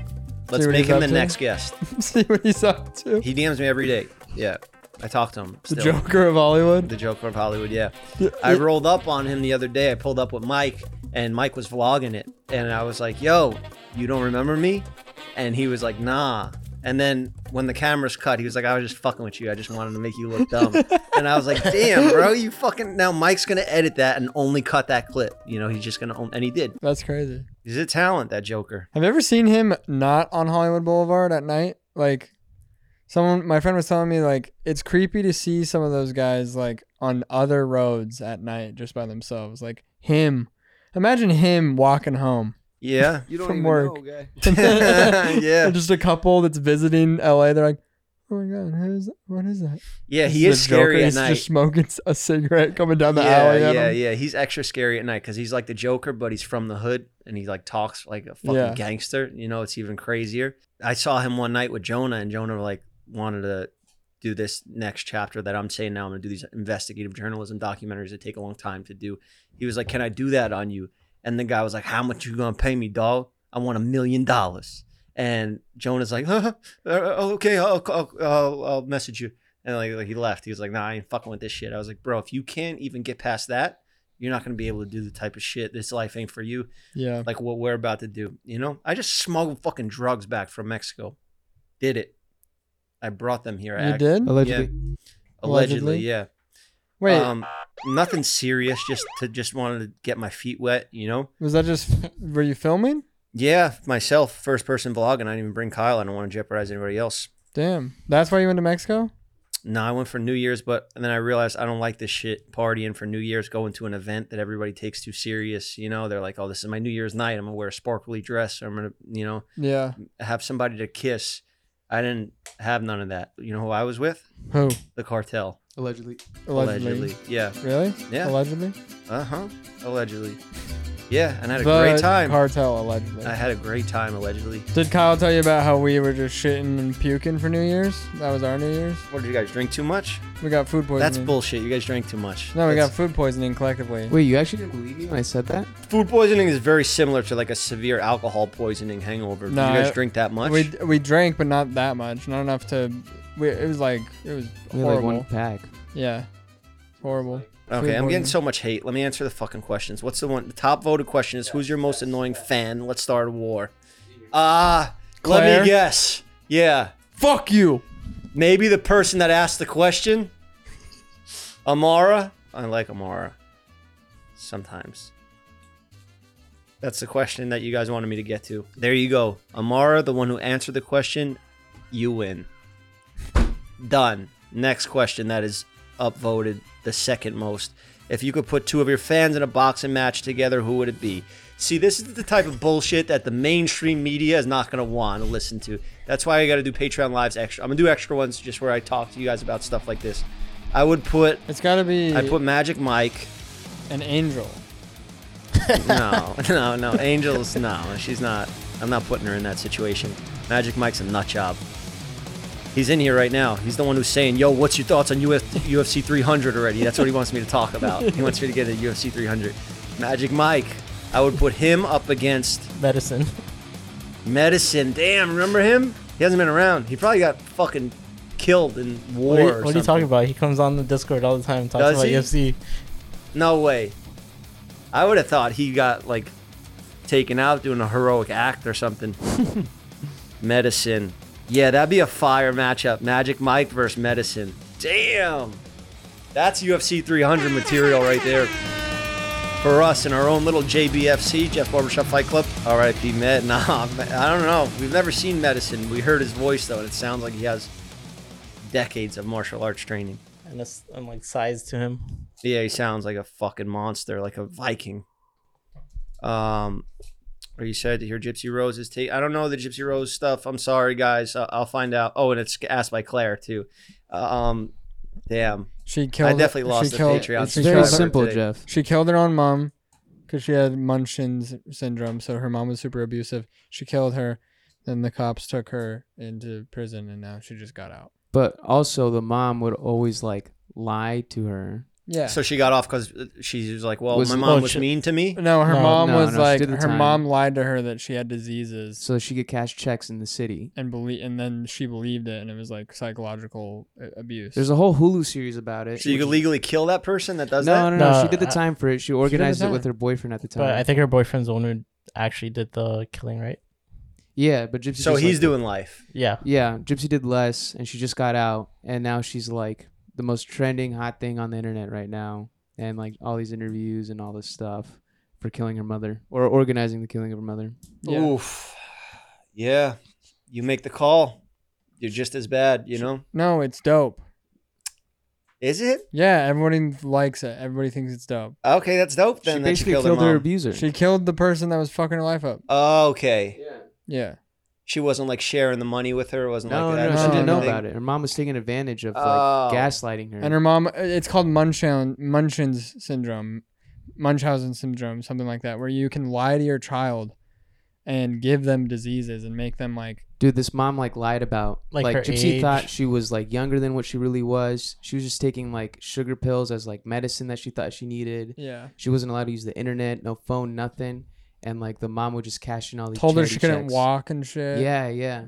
Let's what make he's him up the to? next guest. see what he's up to. He DMs me every day. Yeah, I talk to him. The Still. Joker of Hollywood. The Joker of Hollywood, yeah. I rolled up on him the other day. I pulled up with Mike, and Mike was vlogging it. And I was like, yo, you don't remember me? And he was like, nah. And then when the cameras cut, he was like, I was just fucking with you. I just wanted to make you look dumb. and I was like, damn, bro, you fucking. Now Mike's going to edit that and only cut that clip. You know, he's just going to. And he did. That's crazy. He's a talent, that Joker. Have you ever seen him not on Hollywood Boulevard at night? Like, someone, my friend was telling me, like, it's creepy to see some of those guys, like, on other roads at night just by themselves. Like, him. Imagine him walking home. Yeah. You don't From even work. know, guy. Yeah. Just a couple that's visiting LA. They're like, oh my God, who's what is that? Yeah, he It's is the Joker. scary He's at night. just smoking a cigarette coming down the yeah, alley. At yeah, him. yeah. He's extra scary at night because he's like the Joker, but he's from the hood and he like talks like a fucking Yeah. gangster. You know, it's even crazier. I saw him one night with Jonah, and Jonah like wanted to do this next chapter that I'm saying now. I'm gonna do these investigative journalism documentaries that take a long time to do. He was like, "Can I do that on you?" And the guy was like, "How much you gonna pay me, dog? I want a million dollars." And Jonah's like, huh, uh, "Okay, I'll, I'll, I'll, I'll message you." And like, like he left. He was like, "Nah, I ain't fucking with this shit." I was like, "Bro, if you can't even get past that, you're not gonna be able to do the type of shit. This life ain't for you. Yeah. Like what we're about to do. You know, I just smuggled fucking drugs back from Mexico. Did it? I brought them here. I You act- did? Allegedly. Allegedly, Allegedly? yeah. Wait, Um, nothing serious. Just to just wanted to get my feet wet. You know. was that just, were you filming? Yeah, myself, first person vlog, and I didn't even bring Kyle. I don't want to jeopardize anybody else. Damn. That's why you went to Mexico? No, I went for New Year's, but and then I realized I don't like this shit partying for New Year's, going to an event that everybody takes too serious. You know, they're like, oh, this is my New Year's night. I'm going to wear a sparkly dress. I'm going to, you know, Yeah. have somebody to kiss. I didn't have none of that. You know who I was with? Who? The cartel. Allegedly. Allegedly. Yeah. Really? Yeah. Allegedly? Uh huh. Allegedly. Yeah. And I had a The great time. Cartel, allegedly. I had a great time, allegedly. Did Kyle tell you about how we were just shitting and puking for New Year's? That was our New Year's? What did you guys drink too much? We got food poisoning. That's bullshit. You guys drank too much. No, we That's- got food poisoning collectively. Wait, you actually didn't believe me when I said that? Food poisoning is very similar to like a severe alcohol poisoning hangover. No, Do you guys I- drink that much? We we drank, but not that much. Not enough to. We, it was like it was We had horrible. like one pack. Yeah, horrible. okay, food I'm getting poisoning. so much hate. Let me answer the fucking questions. What's the one? The top voted question is who's your most annoying fan? Let's start a war. Ah, let Claire? me guess. Yeah, Fuck you. maybe the person that asked the question, Amara. I like Amara. Sometimes. That's the question that you guys wanted me to get to. There you go. Amara, the one who answered the question, you win. Done. Next question that is upvoted the second most. If you could put two of your fans in a boxing match together, who would it be? See, this is the type of bullshit that the mainstream media is not going to want to listen to. That's why I got to do Patreon lives extra. I'm going to do extra ones just where I talk to you guys about stuff like this. I would put It's got to be I put Magic Mike. an angel. No, no, no. Angels, no. She's not. I'm not putting her in that situation. Magic Mike's a nut job. He's in here right now. He's the one who's saying, "Yo, what's your thoughts on Uf- UFC 300 already?" That's what he wants me to talk about. He wants me to get a UFC 300. Magic Mike. I would put him up against Medicine. Medicine. Damn, remember him? He hasn't been around. He probably got fucking killed in war. What are, you, or what are you something. talking about? He comes on the Discord all the time and talks Does about E he? UFC. No way. I would have thought he got like taken out doing a heroic act or something. Medicine. Yeah, that'd be a fire matchup. Magic Mike versus Medicine. Damn. That's UFC 300 material right there. For us in our own little JBFC, Jeff Barbershop Fight Club. RIP Med. Nah, I don't know. We've never seen Medicine. We heard his voice though, and it sounds like he has decades of martial arts training. And it's I'm like size to him. Yeah, he sounds like a fucking monster, like a Viking. Um, are you sad to hear Gypsy Rose's take? I don't know the Gypsy Rose stuff. I'm sorry, guys. I- I'll find out. Oh, and it's asked by Claire too. Um, damn. She killed. definitely she lost the killed, Patreon She It's very subscriber. killed, simple, today. Jeff. she killed her own mom because she had Munchkin's syndrome. So her mom was super abusive. She killed her. Then the cops took her into prison, and now she just got out. But also, the mom would always like lie to her. Yeah. So she got off because she was like, "Well, Was- my mom oh, was she- mean to me." no, her No, mom no, was no, she like did the her time. mom lied to her that she had diseases. so she could cash checks in the city. and believe and then she believed it and it was like psychological uh, abuse There's a whole Hulu series about it. So you could legally kill that person that does no, that. no, no, No, She did the I- time for it. She organized it with time. her boyfriend at the time. But I think her boyfriend's the one who actually did the killing, right? yeah, but Gypsy. So just, he's like- doing life. Yeah. Yeah, Gypsy did less, and she just got out, and now she's like the most trending hot thing on the internet right now, and like all these interviews and all this stuff for killing her mother or organizing the killing of her mother. Yeah. Oof. Yeah, you make the call. You're just as bad, you know. no it's dope Is it yeah everybody likes it everybody thinks it's dope okay? That's dope. Then she that basically she killed, killed her, her mom. abuser. she killed the person that was fucking her life up Okay. yeah she wasn't like sharing the money with her. It wasn't no, like no, that. she didn't know anything. about it. Her mom was taking advantage of like Oh. gaslighting her. and her mom it's called munchausen munchausen's syndrome munchausen syndrome something like that where you can lie to your child and give them diseases and make them like Dude, this mom like lied about like, Like her Gypsy age. thought she was like younger than what she really was. She was just taking like sugar pills as like medicine that she thought she needed. yeah She wasn't allowed to use the internet, no phone, nothing. And like the mom would just cash in all these. told her charity she couldn't checks. walk and shit Yeah, yeah.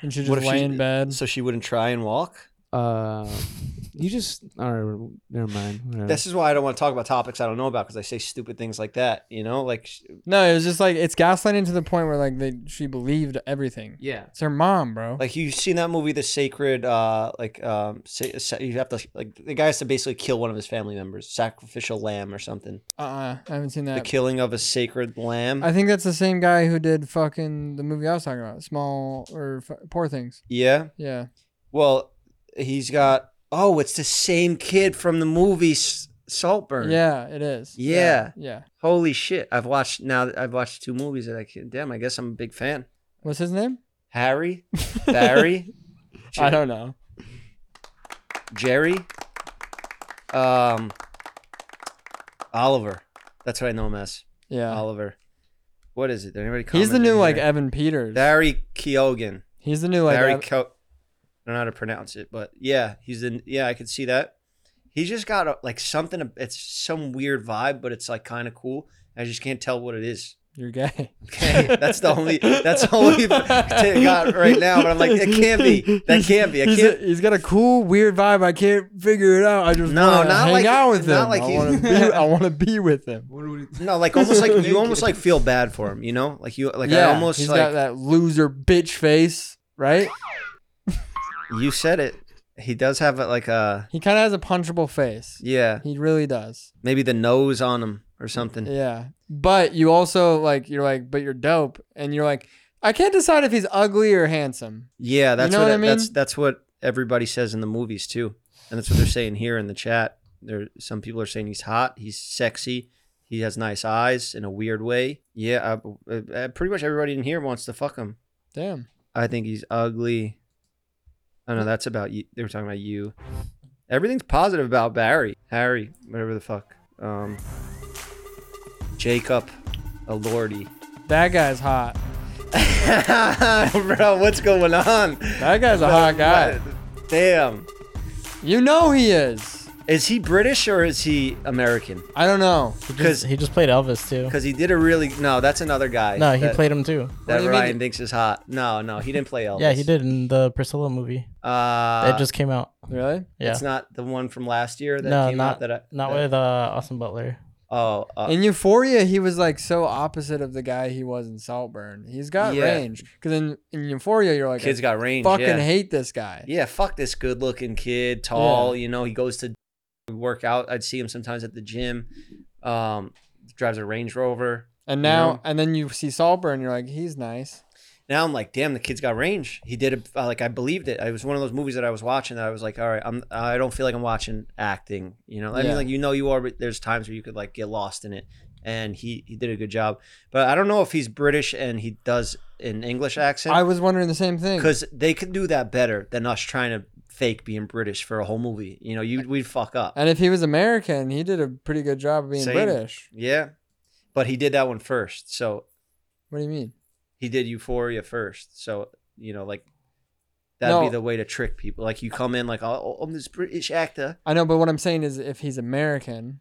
and she What just if lay she- in bed So she wouldn't try and walk. Uh, you just all right. Never mind. whatever. This is why I don't want to talk about topics I don't know about because I say stupid things like that. You know, like sh- no it was just like it's gaslighting to the point where like they she believed everything yeah. it's her mom bro like you've seen that movie, The Sacred. Uh, like um, sa- sa- you have to like the guy has to basically kill one of his family members, sacrificial lamb or something. Uh-uh, I haven't seen The that. killing of a sacred lamb. I think that's the same guy who did fucking the movie I was talking about, Small or f- Poor Things. yeah. Yeah, Well, he's got. Oh, it's the same kid from the movie S- Saltburn. yeah, it is. Yeah. yeah. Holy shit! I've watched now. that I've watched two movies that I can. Damn, I guess I'm a big fan. What's his name? Harry, Barry, I don't know. Jerry, um, Oliver. That's what I know him as. Yeah, Oliver. What is it? Did anybody? he's the comment new in like here? Evan Peters. Barry Keoghan. he's the new like. uh, Barry. Ev- Ko- I don't know how to pronounce it, but yeah, he's in. Yeah, I could see that. He's just got a, like something. It's some weird vibe, but it's like kind of cool. I just can't tell what it is. You're gay. Okay, that's the only that's the only I got right now. But I'm like, it can't be. That can't be. I He's, can't. he's got a cool, weird vibe. I can't figure it out. I just No, wanna not hang like- out with not him. like I he's- want to be. I want to be with him. No, like almost like you almost like feel bad for him, you know? Like you like I almost he's got like that loser bitch face, right? you said it. He does have a, like a He kind of has a punchable face. yeah, He really does. maybe the nose on him or something. Yeah. But you also like you're like, but you're dope. And you're like, I can't decide if he's ugly or handsome. Yeah, that's know what, e, what I that's mean? that's what everybody says in the movies too. And that's what they're saying here in the chat. There, some people are saying he's hot. He's sexy. He has nice eyes in a weird way. Yeah, I, I, I- pretty much everybody in here wants to fuck him. Damn. I think he's ugly. I don't know. That's about you. They were talking about you. Everything's positive about Barry, Harry, whatever the fuck. Um, Jacob, a lordy. That guy's hot. Bro, what's going on? That guy's a hot guy. Damn. You know he is. Is he British or is he American? I don't know. He Because- just, he just played Elvis too. Because he did a really no. That's another guy. No, he that, played him too. that do you mean? Ryan thinks is hot. No, no, he didn't play Elvis. Yeah, he did in the Priscilla movie. Uh, it just came out. Really? Yeah. It's not the one from last year that No, came not- out that I Not that- with uh, Austin Butler. Oh, uh, In Euphoria, he was like so opposite of the guy he was in Saltburn. He's got Yeah. range. Because in, in Euphoria, you're like, kids I got range. fucking yeah. hate this guy. Yeah, fuck this good-looking kid, tall. You know, he goes to work out. I'd see him sometimes at the gym. Um, drives a Range Rover. And now, know? and then you see Saltburn, you're like, he's nice. now I'm like, damn, the kid's got range. He did it. uh, Like I believed it. It was one of those movies that I was watching that I was like, all right, I'm. I don't feel like I'm watching acting. You know, I mean, Yeah. like you know, you are. But there's times where you could like get lost in it, and he he did a good job. But I don't know if he's British and he does an English I accent was wondering the same thing. because they could do that better than us trying to fake being British for a whole movie. You know, you we'd fuck up. And if he was American, he did a pretty good job of being Same. British. Yeah, but he did that one first, so What do you mean? he did Euphoria first. So you know, like that'd be No. the way to trick people. Like you come in like, oh, I'm this British actor. I know, but what I'm saying is, if he's American,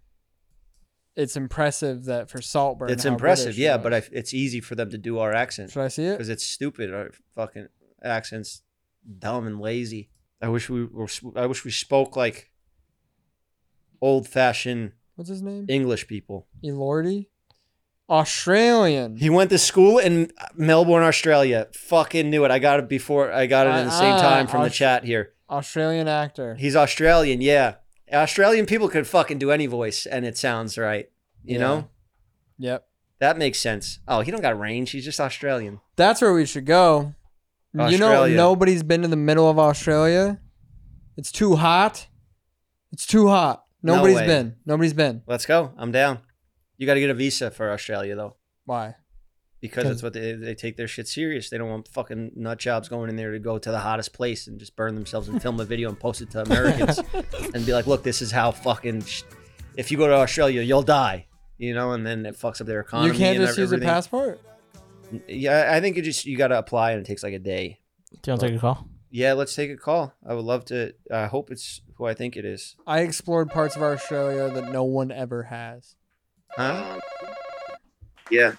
it's impressive that for Saltburn, it's how impressive, British he yeah, was. but I, it's easy for them to do our accent should I see it? because it's stupid. Our fucking accents dumb and lazy. I wish we were. I wish we spoke like old fashioned What's his name? English people. Elordi, Australian. He went to school in Melbourne, Australia. Fucking knew it. I got it before. I got it at the same Ah, time from the Aus- chat here. Australian actor. He's Australian, yeah. Australian people could fucking do any voice and it sounds right. You Yeah. know? yep, That makes sense. Oh, he don't got range. He's just Australian. that's where we should go. You know, Australia. nobody's been to the middle of Australia. It's too hot. It's too hot. No Nobody's way. been. Nobody's been. Let's go. I'm down. You got to get a visa for Australia though, Why? because that's what they, they take their shit serious. They don't want fucking nut jobs going in there to go to the hottest place and just burn themselves and film a video and post it to Americans and be like, look, this is how fucking. Sh- if you go to Australia, you'll die. You know, and then it fucks up their economy. you can't and just use a everything. passport. Yeah, I think you just you got to apply and it takes like a day. Do you Oh. want to take a call? Yeah, let's take a call. I would love to. I hope it's who I think it is. I explored parts of Australia that no one ever has. Huh? Yeah.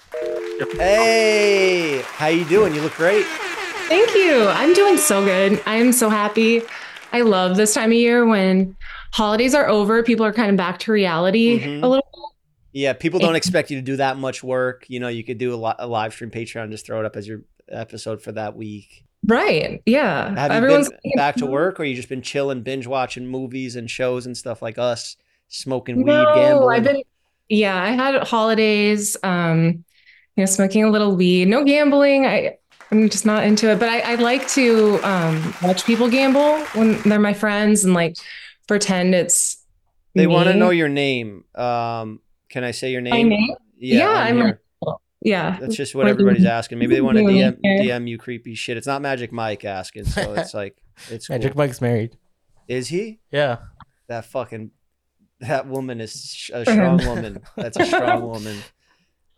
Hey, how you doing? You look great. Thank you. I'm doing so good. I'm so happy. I love this time of year when holidays are over, people are kind of back to reality Mhm. a little. Yeah, people don't expect you to do that much work. You know, you could do a, li- a live stream Patreon, just throw it up as your episode for that week. Right. Yeah. Have you Everyone's been back to work, or you just been chilling, binge watching movies and shows and stuff like us, smoking weed, No, gambling? I've been yeah, I had holidays, um, you know, smoking a little weed, no gambling. I I'm just not into it. But I, I like to um watch people gamble when they're my friends and like pretend it's they want to me. know your name. Um, can I say your name? my name. Yeah, on I'm- here. Yeah. That's just what everybody's asking. Maybe they want to Yeah. DM, DM you creepy shit. It's not Magic Mike asking, so it's like it's cool. Magic Mike's married. Is he? Yeah. That fucking that woman is sh- a For strong him. woman. That's a strong woman.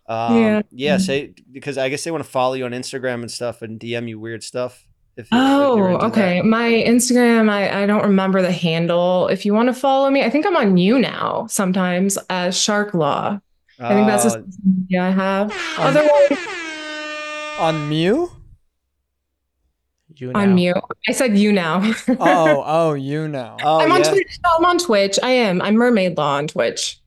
Um, yeah. Yeah. Say because I guess they want to follow you on Instagram and stuff and DM you weird stuff. If you- if you're Oh, into okay. that. My Instagram, I, I don't remember the handle. If you want to follow me, I think I'm on you now sometimes as Shark Law. I think that's a Uh, social media I have. Otherwise, On Mew? You on now. mute. I said you now. Oh, oh, you know. oh, I'm on yeah. Twitch. No, I'm on Twitch. I am. I'm Mermaid Law on Twitch.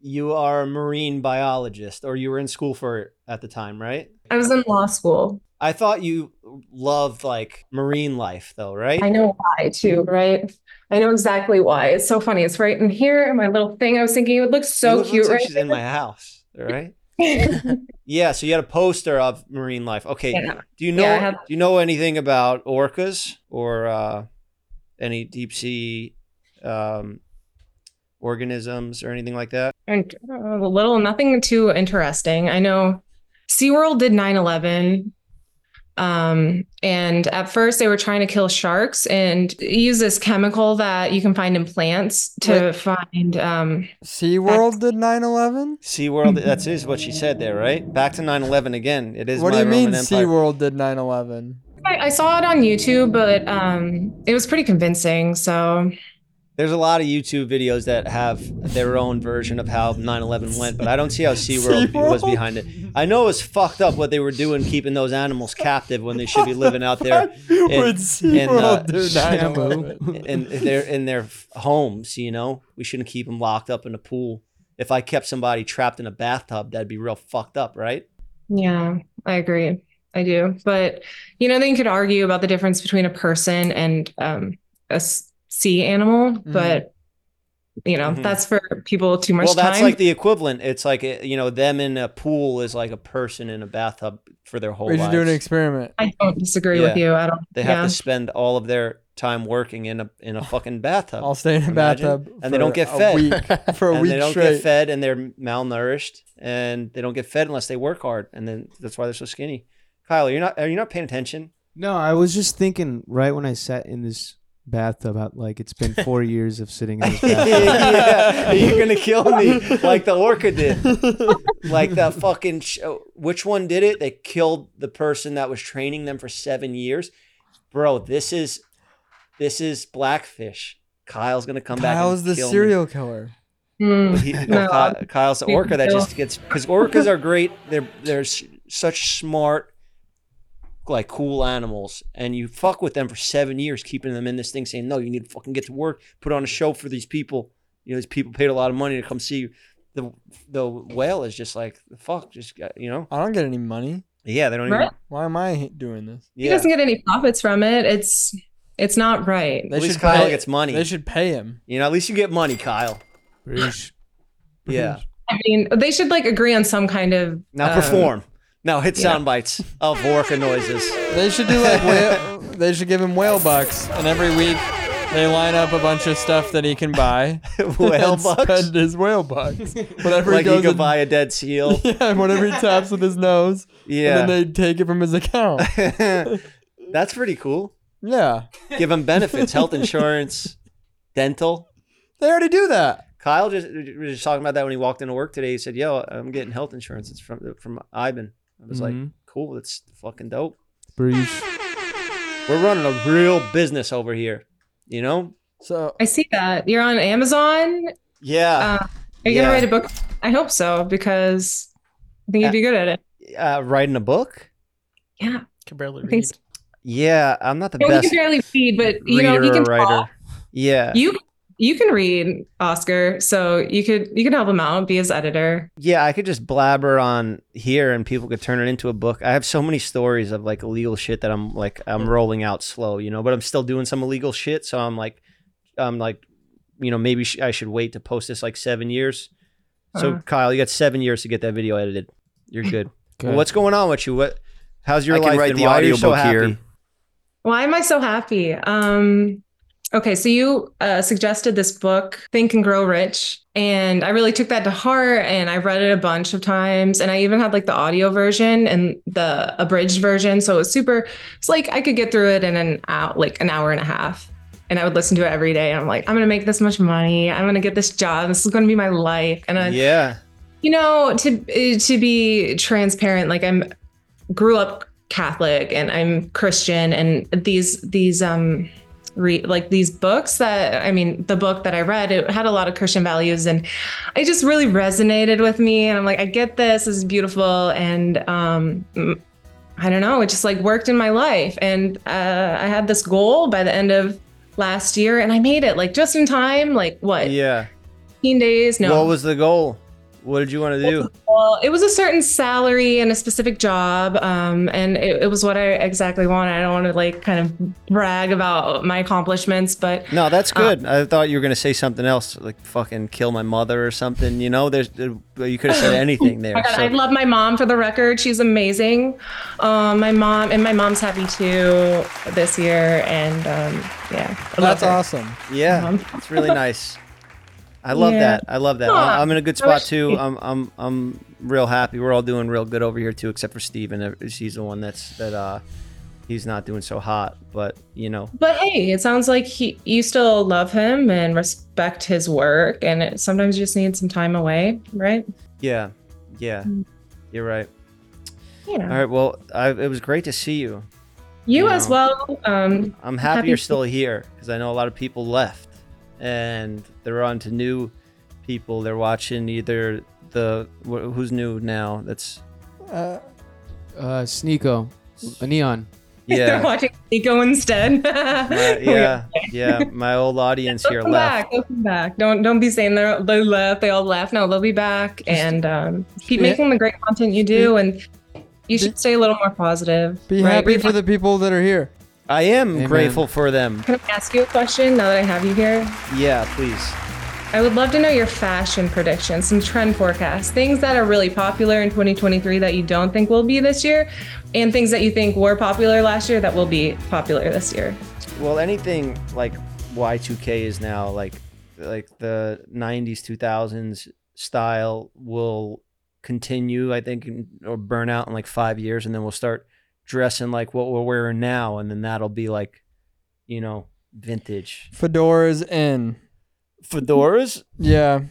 You are a marine biologist, or you were in school for it at the time, right? I was in law school. I thought you loved like marine life, though, right? I know why too, right? I know exactly why. It's so funny. It's right in here. in My little thing. I was thinking it would look It so looks cute, like right? She's in my house, right? yeah, Yeah, so you had a poster of marine life. Okay, do you know Yeah, I have- do you know anything about orcas or uh, any deep sea um, organisms or anything like that? And uh, little, nothing too interesting. I know SeaWorld did 9 11. Um, and at first, they were trying to kill sharks and use this chemical that you can find in plants to Wait. find. Um, SeaWorld did 9 11? Mm-hmm. SeaWorld, that's is what she said there, right? Back to 9 11 again. It is What do my you mean Roman Empire. SeaWorld did 9 11? I, I saw it on YouTube, but um, it was pretty convincing. So There's a lot of YouTube videos that have their own version of how 9/11 went, but I don't see how SeaWorld, was SeaWorld? behind it. I know it was fucked up what they were doing, keeping those animals captive when they should be living out there in, would in, uh, SeaWorld do Shambo. 9/11? in their in their f- homes. You know, we shouldn't keep them locked up in a pool. If I kept somebody trapped in a bathtub, that'd be real fucked up, right? Yeah, I agree. I do. But, you know, then you could argue about the difference between a person and um, a s- sea animal, Mm-hmm. but, you know, Mhm. that's for people too much well, that's time. like the equivalent. It's like uh, you know, them in a pool is like a person in a bathtub for their whole We should lives. do an experiment. I don't disagree with Yeah. you at all. They have Yeah. Oh. to spend all of their time working in a in a fucking bathtub. I'll stay in a Imagine. bathtub. and they for don't get a fed. week- for a and week they don't straight. get fed, and they're malnourished, and they don't get fed unless they work hard, and then that's why they're so skinny. Kyle, you're not are you not paying attention? No, I was just thinking right when I sat in this bathtub, I- like it's been four years of sitting in this bathtub. yeah, you're gonna kill me like the orca did, like that fucking. Sh- oh, which one did it? They killed the person that was training them for seven years, bro. This is this is blackfish. Kyle's gonna come back. Kyle's and the kill me. serial killer. Mm. He, no, No. Ky- Kyle's the You orca that know. just gets because orcas are great. They're they're s- such smart, like cool animals, and you fuck with them for seven years, keeping them in this thing, saying no, you need to fucking get to work, put on a show for these people. You know, these people paid a lot of money to come see you. The the whale is just like fuck, just got- you know, I don't get any money. yeah, they don't Right? even. Why am I doing this? He Yeah, doesn't get any profits from it. It's it's not right. They least Kyle pay- gets money. They should pay him. you know, at least you get money, Kyle. Preach. Yeah, I mean, they should like agree on some kind of now um, perform. Now hit sound bites of orca noises. They should do like whale. they should give him whale bucks, and every week they line up a bunch of stuff that he can buy. Whale and bucks. Spend his whale bucks. Whatever he Like goes you could and- buy a dead seal. Yeah, and whatever he taps with his nose. Yeah. And then they take it from his account. That's pretty cool. yeah. Give them benefits, health insurance, dental. They already do that. Kyle just we were just talking about that when he walked into work today. He said, "Yo, I'm getting health insurance. It's from from Ivan." I was Mm-hmm. like, Mhm. "Cool, that's fucking dope. Preach. We're running a real business over here." You know? So I see that. You're on Amazon. Yeah. Uh, Are you gonna Yeah. write a book? I hope so, because I think you'd be good at it. Uh, writing a book? Yeah. Can barely I read. think so. Yeah, I'm not the No, he best can barely read, but you reader know he or can writer. talk. Yeah. You you can read Oscar, so you could you can help him out, be his editor. Yeah, I could just blabber on here and people could turn it into a book. I have so many stories of like illegal shit that I'm like Hmm. I'm rolling out slow, you know, but I'm still doing some illegal shit, so I'm like I'm like you know, maybe sh- I should wait to post this like 7 years. So Uh. Kyle, you got 7 years to get that video edited. You're good. Good. What's going on with you? What how's your I can life write been? the Why are you so audiobook here. happy? Why am I so happy? Um okay, so you uh, suggested this book, Think and Grow Rich, and I really took that to heart and I read it a bunch of times and I even had like the audio version and the abridged version, so it was super it's like I could get through it in an out like an hour and a half. And I would listen to it every day. And I'm like, I'm gonna make this much money. I'm gonna get this job. This is gonna be my life. And I, Yeah. you know to uh, to be transparent like i'm grew up catholic and i'm christian and these these um re- like these books that i mean the book that i read it had a lot of christian values and it just really resonated with me and i'm like i get this this is beautiful and um mm, i don't know it just like worked in my life and uh, i had this goal by the end of last year and i made it like just in time like what Yeah. 15 days Uh, no What was the goal? What did you want to do? well, it was a certain salary and a specific job, um, and it, it was what I exactly wanted. I don't want to like kind of brag about my accomplishments, but No, that's good. I thought you were gonna say something else, like fucking kill my mother or something. You know, there's there- you could have said anything there. I, got- so- I love Oh my mom for the record. She's amazing. Um, my mom and my mom's happy too this year, and um, yeah, I love that's her. awesome. yeah, it's really nice. I love Yeah. that. I love that. I- Aw, I'm in a good I wish- spot too. I'm I'm I'm real happy. We're all doing real good over here too, except for Steven. Uh, He's the one that's that uh he's not doing so hot, but you know. But hey, it sounds like he, you still love him and respect his work, and it, sometimes you just need some time away, right? Yeah. Yeah. Mm. You're right. You know, All right, well, I, it was great to see you. you you as know. well. Um, I'm happy, you're still here because I know a lot of people left and they're on to new people. They're watching either the wh- who's new now. That's Uh, Uh, Sneeko, a neon. They're watching Nico instead. Uh, yeah, yeah. My old audience here They'll come left. back. They'll come back. Don't don't be saying they are they left. They all left. No, they'll be back, and um, keep Yeah. making the great content you do, and you should stay a little more positive. Be right? happy Reba, for the people that are here. I am grateful for them. Can I ask you a question now that I have you here? Yeah, please. I would love to know your fashion predictions, some trend forecasts, things that are really popular in 2023 that you don't think will be this year, and things that you think were popular last year that will be popular this year. Well, anything like Y2K is now like like the 90s 2000s style will continue I think in- or burn out in like 5 years and then we'll start dressing like what we're wearing now and then that'll be like you know vintage Fedoras in. fedoras? Yeah.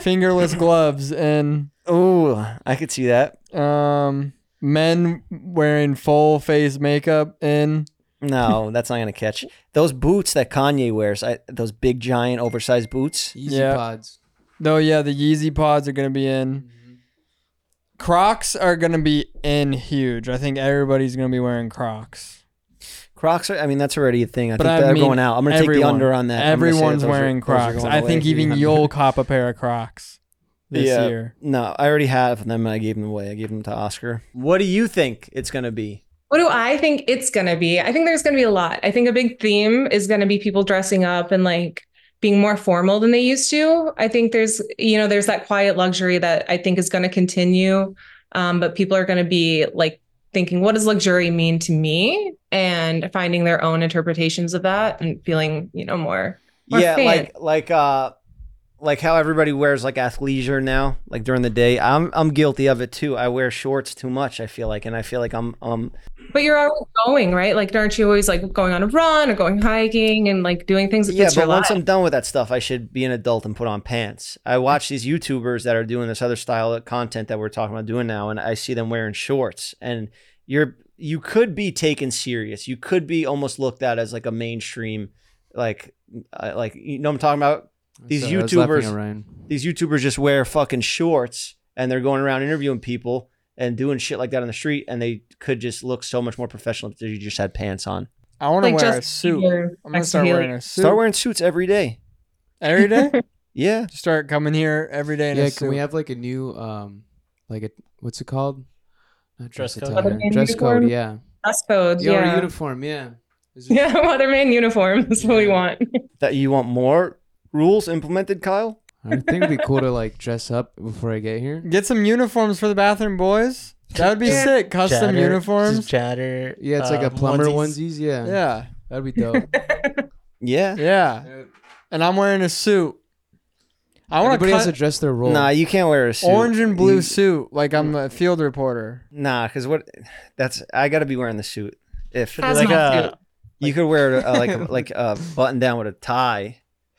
Fingerless gloves in. Oh, I could see that. Um, men wearing full face makeup in. No, that's not going to catch. Those boots that Kanye wears, I, those big giant oversized boots. Yeah. pods. No, yeah, the Yeezy pods are gonna be in. Crocs are gonna be in huge. I think everybody's gonna be wearing Crocs. Crocs are I mean that's already a thing. I But think I they're mean, going out. I'm going to take the everyone- under on that. I'm gonna say that Everyone's those are- wearing those are Crocs. going I away. think even Yeah. you'll cop a pair of Crocs this Yeah. year. No, I already have them. and I gave them away. I gave them to Oscar. What do you think it's going to be? What do I think it's going to be? I think there's going to be a lot. I think a big theme is going to be people dressing up and like being more formal than they used to. I think there's, you know, there's that quiet luxury that I think is going to continue. Um, but people are going to be like thinking, what does luxury mean to me? And finding their own interpretations of that and feeling, you know, more. more yeah, fan. like like uh like how everybody wears like athleisure now, like during the day. I'm I'm guilty of it too. I wear shorts too much, I feel like, and I feel like I'm um But you're always going, right? Like, aren't you always like going on a run or going hiking and like doing things that Yeah, fits your but once life? I'm done with that stuff, I should be an adult and put on pants. I watch these YouTubers that are doing this other style of content that we're talking about doing now, and I see them wearing shorts. And you're you could be taken serious. You could be almost looked at as like a mainstream, like uh, like you know what I'm talking about. These So I was laughing at YouTubers, Ryan. these YouTubers just wear fucking shorts and they're going around interviewing people and doing shit like that on the street, and they could just look so much more professional if you just had pants on. I want to Like wear a Justin suit. Bieber, I'm gonna Justin start Bieber. wearing a suit. Start wearing suits every day. every day. Yeah. start coming here every day in Yeah, a can we suit. have like a new um, like a what's it called? Not Dress dress code. attire. Weatherman Dress uniform? code. Yeah. dress code. Yeah. or Yeah. uniform. Yeah. Is it- Yeah, Weatherman uniform is what we want. that you want more rules implemented, Kyle? I think it'd be cool to like dress up before I get here. Get some uniforms for the bathroom boys. That would be Yeah. sick. Custom Chatter- uniforms. just chatter. Yeah, it's like a um, plumber onesies. onesies. yeah. Yeah. That'd be dope. Yeah. Yeah. And I'm wearing a suit. I want Everybody to has cut to dress their role. Nah, you can't wear a suit. orange and blue You- suit like I'm a field reporter. Nah, because what? That's I gotta be wearing the suit. If Has- like Hazmat uh, a, suit. you could wear a, like like a button down with a tie,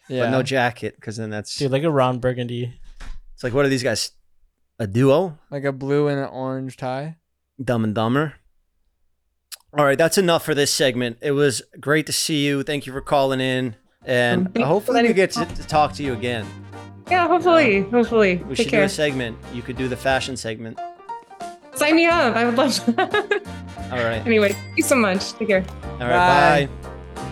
Yeah. but no jacket, because then that's dude, like a Ron Burgundy. it's like what are these guys? A duo? like a blue and an orange tie. Dumb and Dumber. All right, that's enough for this segment. It was great to see you. Thank you for calling in, and Thanks for hopefully we letting get to, to talk to you again. Yeah, hopefully. Hopefully. We Take should do care. a segment. You could do the fashion segment. Sign me up. I would love to. All right. anyway, thank you so much. Take care. All right. Bye. bye.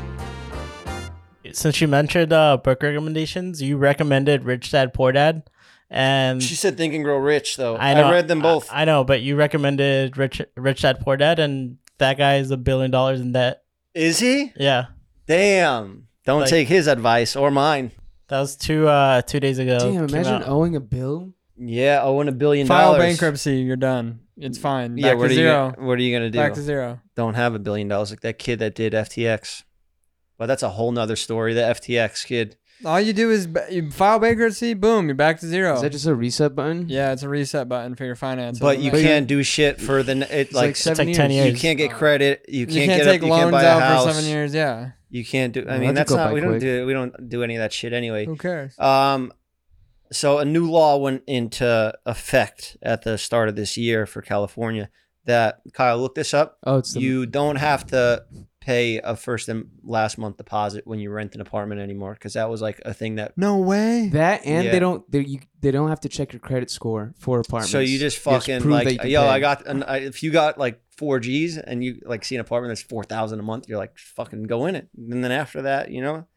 Since you mentioned uh, book recommendations, you recommended Rich Dad Poor Dad, and She said "Think and Grow Rich," though. I, I, know, read them both. I, I know, but you recommended Rich Rich Dad Poor Dad, and that guy is a billion dollars in debt. Is he? Yeah, Damn! Don't Like- take his advice or mine. that was two uh two days ago. Damn, Came imagine out. owing a bill. Yeah, owing a billion File dollars. bankruptcy. You're done. It's fine. Yeah, Back what are to you? zero. Gonna, what are you gonna do? Back to zero. Don't have a billion dollars like that kid that did FTX. But that's a whole nother story. The FTX kid. All you do is ba- you file bankruptcy, boom, you're back to zero. Is that just a reset button? Yeah, it's a reset button for your finances. But you can't do shit for the n- it like, like seven It's like 10 years. You can't get credit. You You can't, can't get take up, you can't loans buy a out for house. seven years, yeah. You can't do. I Well, mean, that's that's go not. by We don't quick. do. We don't do any of that shit anyway. Who cares? Um, so a new law went into effect at the start of this year for California. That Kyle, look this up. Oh, it's the- you don't have to pay a first and last month deposit when you rent an apartment anymore because that was like a thing that No way. That and Yeah. they don't they you, they don't have to check your credit score for apartments. So you just fucking prove that you like, can yo, pay. I got. An, I, if you got like four G's and you like see an apartment that's four thousand a month, you're like, fucking go in it. And then after that, you know,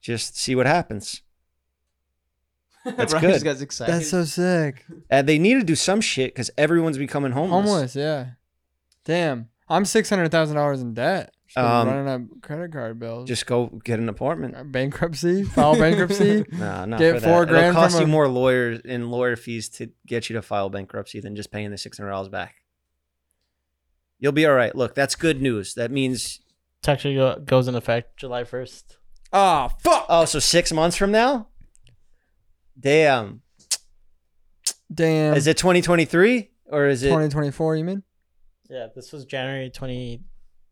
just see what happens. That's Ryan just good. got excited. That's so sick. And they need to do some shit because everyone's becoming homeless. Homeless, yeah. Damn, I'm six hundred thousand dollars in debt. Just been Um, running up credit card bills. Uh, Just go get an apartment. bankruptcy, file bankruptcy. Nah, not get for four that. grand It'll cost from you a- more lawyers and lawyer fees to get you to file bankruptcy than just paying the six hundred dollars back. You'll be all right. Look, that's good news. That means It actually go, goes in effect July first. Oh fuck! Oh, so six months from now? Damn. Damn. Is it 2023 or is it? 2024? You mean? Yeah, this was January twenty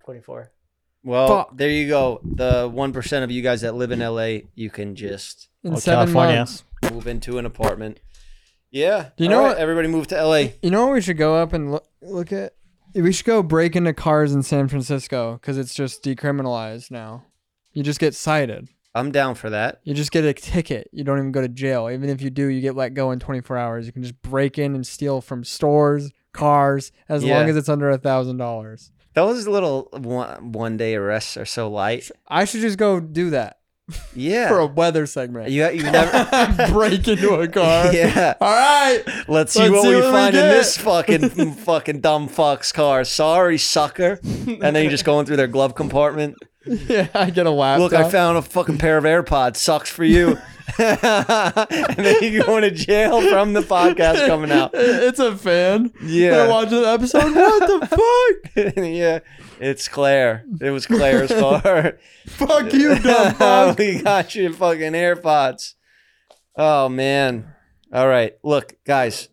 twenty four. well, Fuck. there you go. The one percent of you guys that live in LA, you can just In Oh, seven California. months. move into an apartment. Yeah. Do you know All what- Everybody move to LA. You know what we should go up and look, look at? We should go break into cars in San Francisco because it's just decriminalized now. You just get cited. I'm down for that. You just get a ticket. You don't even go to jail. Even if you do, you get let go in 24 hours. You can just break in and steal from stores, cars, as long Yeah. as it's under a thousand dollars. Those little one, one day arrests are so light. I should just go do that Yeah. for a weather segment. you, you never. break into a car. Yeah. All right. Let's see Let's what see we what we find in get. this fucking fucking dumb fuck's car. Sorry, sucker. And then you're just going through their glove compartment. Yeah, I get a laptop. Look, I found a fucking pair of AirPods. Sucks for you. and then you're going to jail from the podcast coming out. It's a fan. Yeah. They're watching the episode. What the fuck? yeah, it's Claire. It was Claire's car. Fuck you, dumb fuck. we got you fucking AirPods. Oh, man. All right. Look, guys,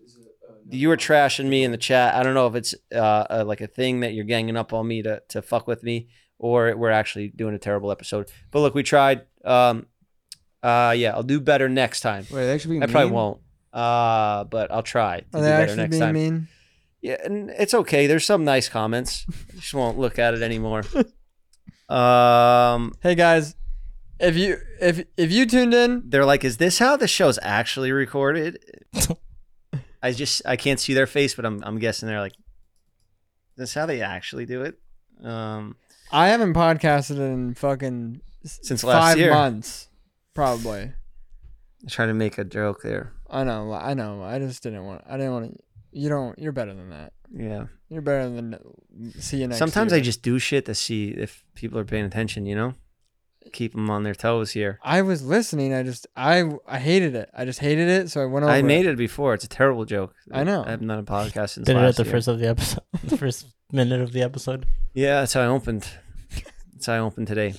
you were trashing me in the chat. I don't know if it's uh, uh, like a thing that you're ganging up on me to, to fuck with me or we're actually doing a terrible episode. But look, we tried. Um, uh, yeah, I'll do better next time. Wait, they actually I being probably mean? won't. Uh, but I'll try. To do Are they better actually next being time. mean? Yeah, and it's okay. There's some nice comments. Just won't look at it anymore. Um, Hey guys, if you if if you tuned in, they're like, "Is this how the show's actually recorded?" I just I can't see their face, but I'm I'm guessing they're like, "This how they actually do it." Um, I haven't podcasted in fucking s- Since last five year. months, probably. I'm trying to make a joke there. I know, I know. I just didn't want. I didn't want to. You don't. You're better than that. Yeah. You're better than. See you next. Sometimes I year. just do shit to see if people are paying attention. You know, keep them on their toes here. I was listening. I just. I. I hated it. I just hated it. So I went over. I made it before. It's a terrible joke. I know. I've not a podcast since Did it last at the year. first of the episode, the first minute of the episode. Yeah, that's how I opened. That's how I opened today.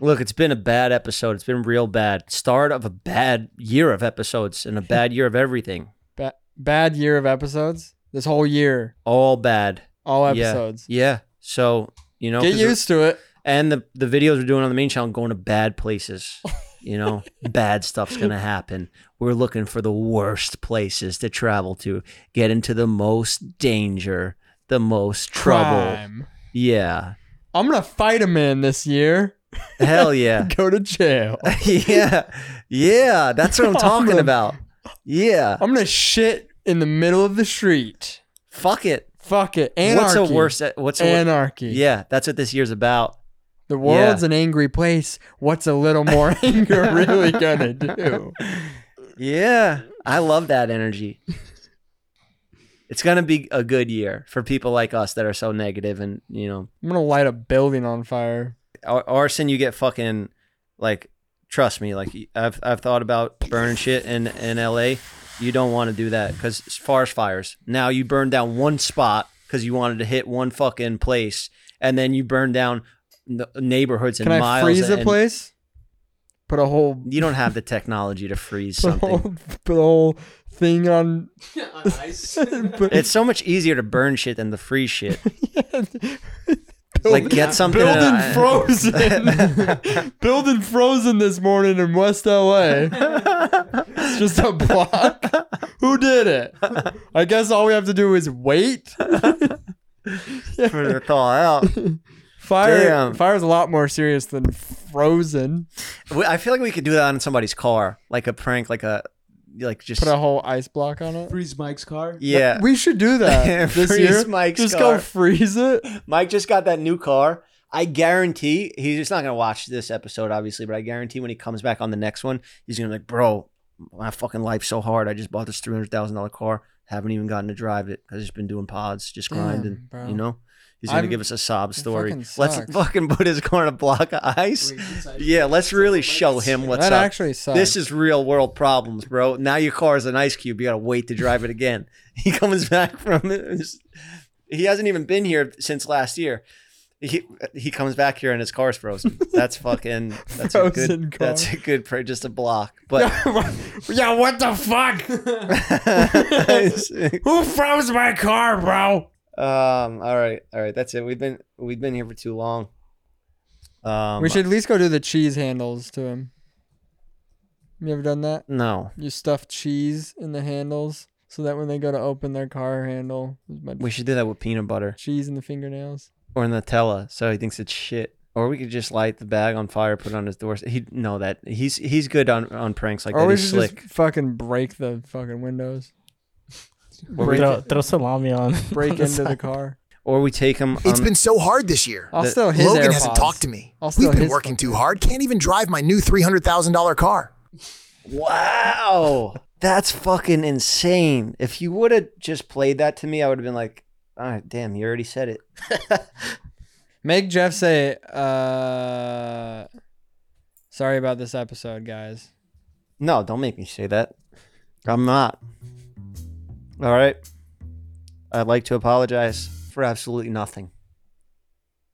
Look, it's been a bad episode. It's been real bad. Start of a bad year of episodes and a bad year of everything. Ba- bad year of episodes. This whole year, All bad. all Yeah. episodes. Yeah. So, you know, Get 'cause the- used to it. and the, the videos we're doing on the main channel going to bad places. You know, bad stuff's going to happen. We're looking for the worst places to travel to, get into the most danger, the most trouble. Crime. Yeah. I'm gonna fight a man this year. Hell yeah. Go to jail. yeah, yeah, that's what I'm talking Awesome. about. Yeah, I'm gonna shit in the middle of the street. fuck it. Fuck it. Anarchy. What's a worse? uh, What's a wor- anarchy? Yeah, that's what this year's about. The world's an angry place. What's a little more anger really gonna do? Yeah, I love that energy. it's gonna be a good year for people like us that are so negative, and you know, I'm gonna light a building on fire. ar- arson. You get fucking like, trust me. Like, I've I've thought about burning shit in in L.A. You don't want to do that because forest fires. Now you burn down one spot because you wanted to hit one fucking place, and then you burn down n- neighborhoods and Can I miles. freeze the and- place? put a whole You don't have the technology to freeze put a something. whole, put a whole thing on. But- It's so much easier to burn shit than to freeze shit. like get something. Building uh, frozen. building frozen this morning in West LA. it's just a block. Who did it? I guess all we have to do is wait. for it to thaw out. Fire Damn. fire's a lot more serious than frozen. We- I feel like we could do that on somebody's car, like a prank, like a like just Put a whole ice block on it. Freeze Mike's car. yeah. We should do that this Freeze year. Mike's just car. go freeze it. Mike just got that new car. I guarantee he's just not gonna watch this episode, obviously, but I guarantee when he comes back on the next one, he's gonna be like, "Bro, my fucking life's so hard. I just bought this three hundred thousand dollar car. Haven't even gotten to drive it. I've just been doing pods, just Damn, grinding. bro. You know." He's gonna I'm- give us a sob story. fucking Let's sucks. fucking put his car on a block of ice. yeah, let's really show him what's that up. actually sucks. This is real world problems, bro. Now your car is an ice cube. You gotta wait to drive it again. He comes back from his, he hasn't even been here since last year. He he comes back here and his car's frozen. That's fucking that's a Frozen good car. that's a good pra- just a block. But yeah. What the fuck? Who froze my car, bro? um, all right, all right, that's it. We've been we've been here for too long. Um, we should at least go do the cheese handles to him. You ever done that? no. You stuff cheese in the handles so that when they go to open their car handle, there's much We should do that with peanut butter cheese in the fingernails. or Nutella, so he thinks it's shit. Or we could just light the bag on fire, put it on his door. He no that he's he's good on on pranks like or that. we He's should slick. just fucking break the fucking windows. Break, Throw, it, throw salami on. break on the into the side. car. Or we take him. It's on- been so hard this year. I'll The- steal Oh, his Logan AirPods. hasn't talked to me. I'll steal We've been his working too hard. Can't even drive my new $300,000 car. Wow. That's fucking insane. If you would have just played that to me, I would have been like, all right, damn, you already said it. Make Jeff say, uh, sorry about this episode, guys. No, don't make me say that. I'm not. All right. I'd like to apologize for absolutely nothing.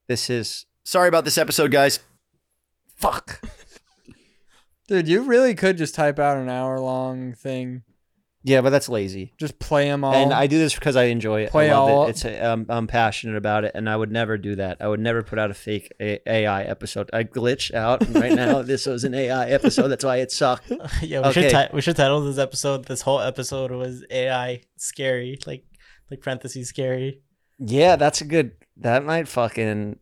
This is. Sorry about this episode, guys. Fuck. Dude, you really could just type out an hour long thing. Yeah, but that's lazy. Just play them all. And I do this because I enjoy it. Play I love all- it. It's a, um, I'm passionate about it, and I would never do that. I would never put out a fake a- AI episode. I glitched out and right now. This was an AI episode. That's why it sucked. yeah, we should Okay. ti- we should title this episode. This whole episode was AI scary, like like parentheses scary. Yeah, that's a good. That might fucking.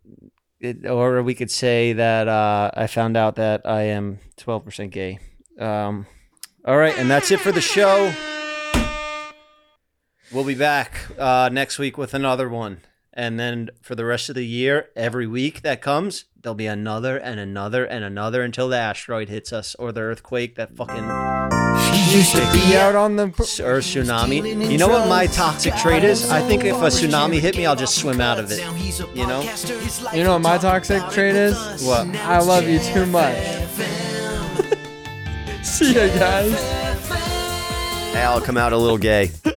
It, or we could say that uh, I found out that I am 12% gay. Um, all right, and that's it for the show. We'll be back uh, next week with another one. And then for the rest of the year, every week that comes, there'll be another and another and another until the asteroid hits us or the earthquake that fucking He used to be out on the. or tsunami. You know what my toxic trait is? I think if a tsunami hit me, I'll just swim out of it. You know? You know what my toxic trait is? What? I love you too much. See ya, guys. I'll come out a little gay.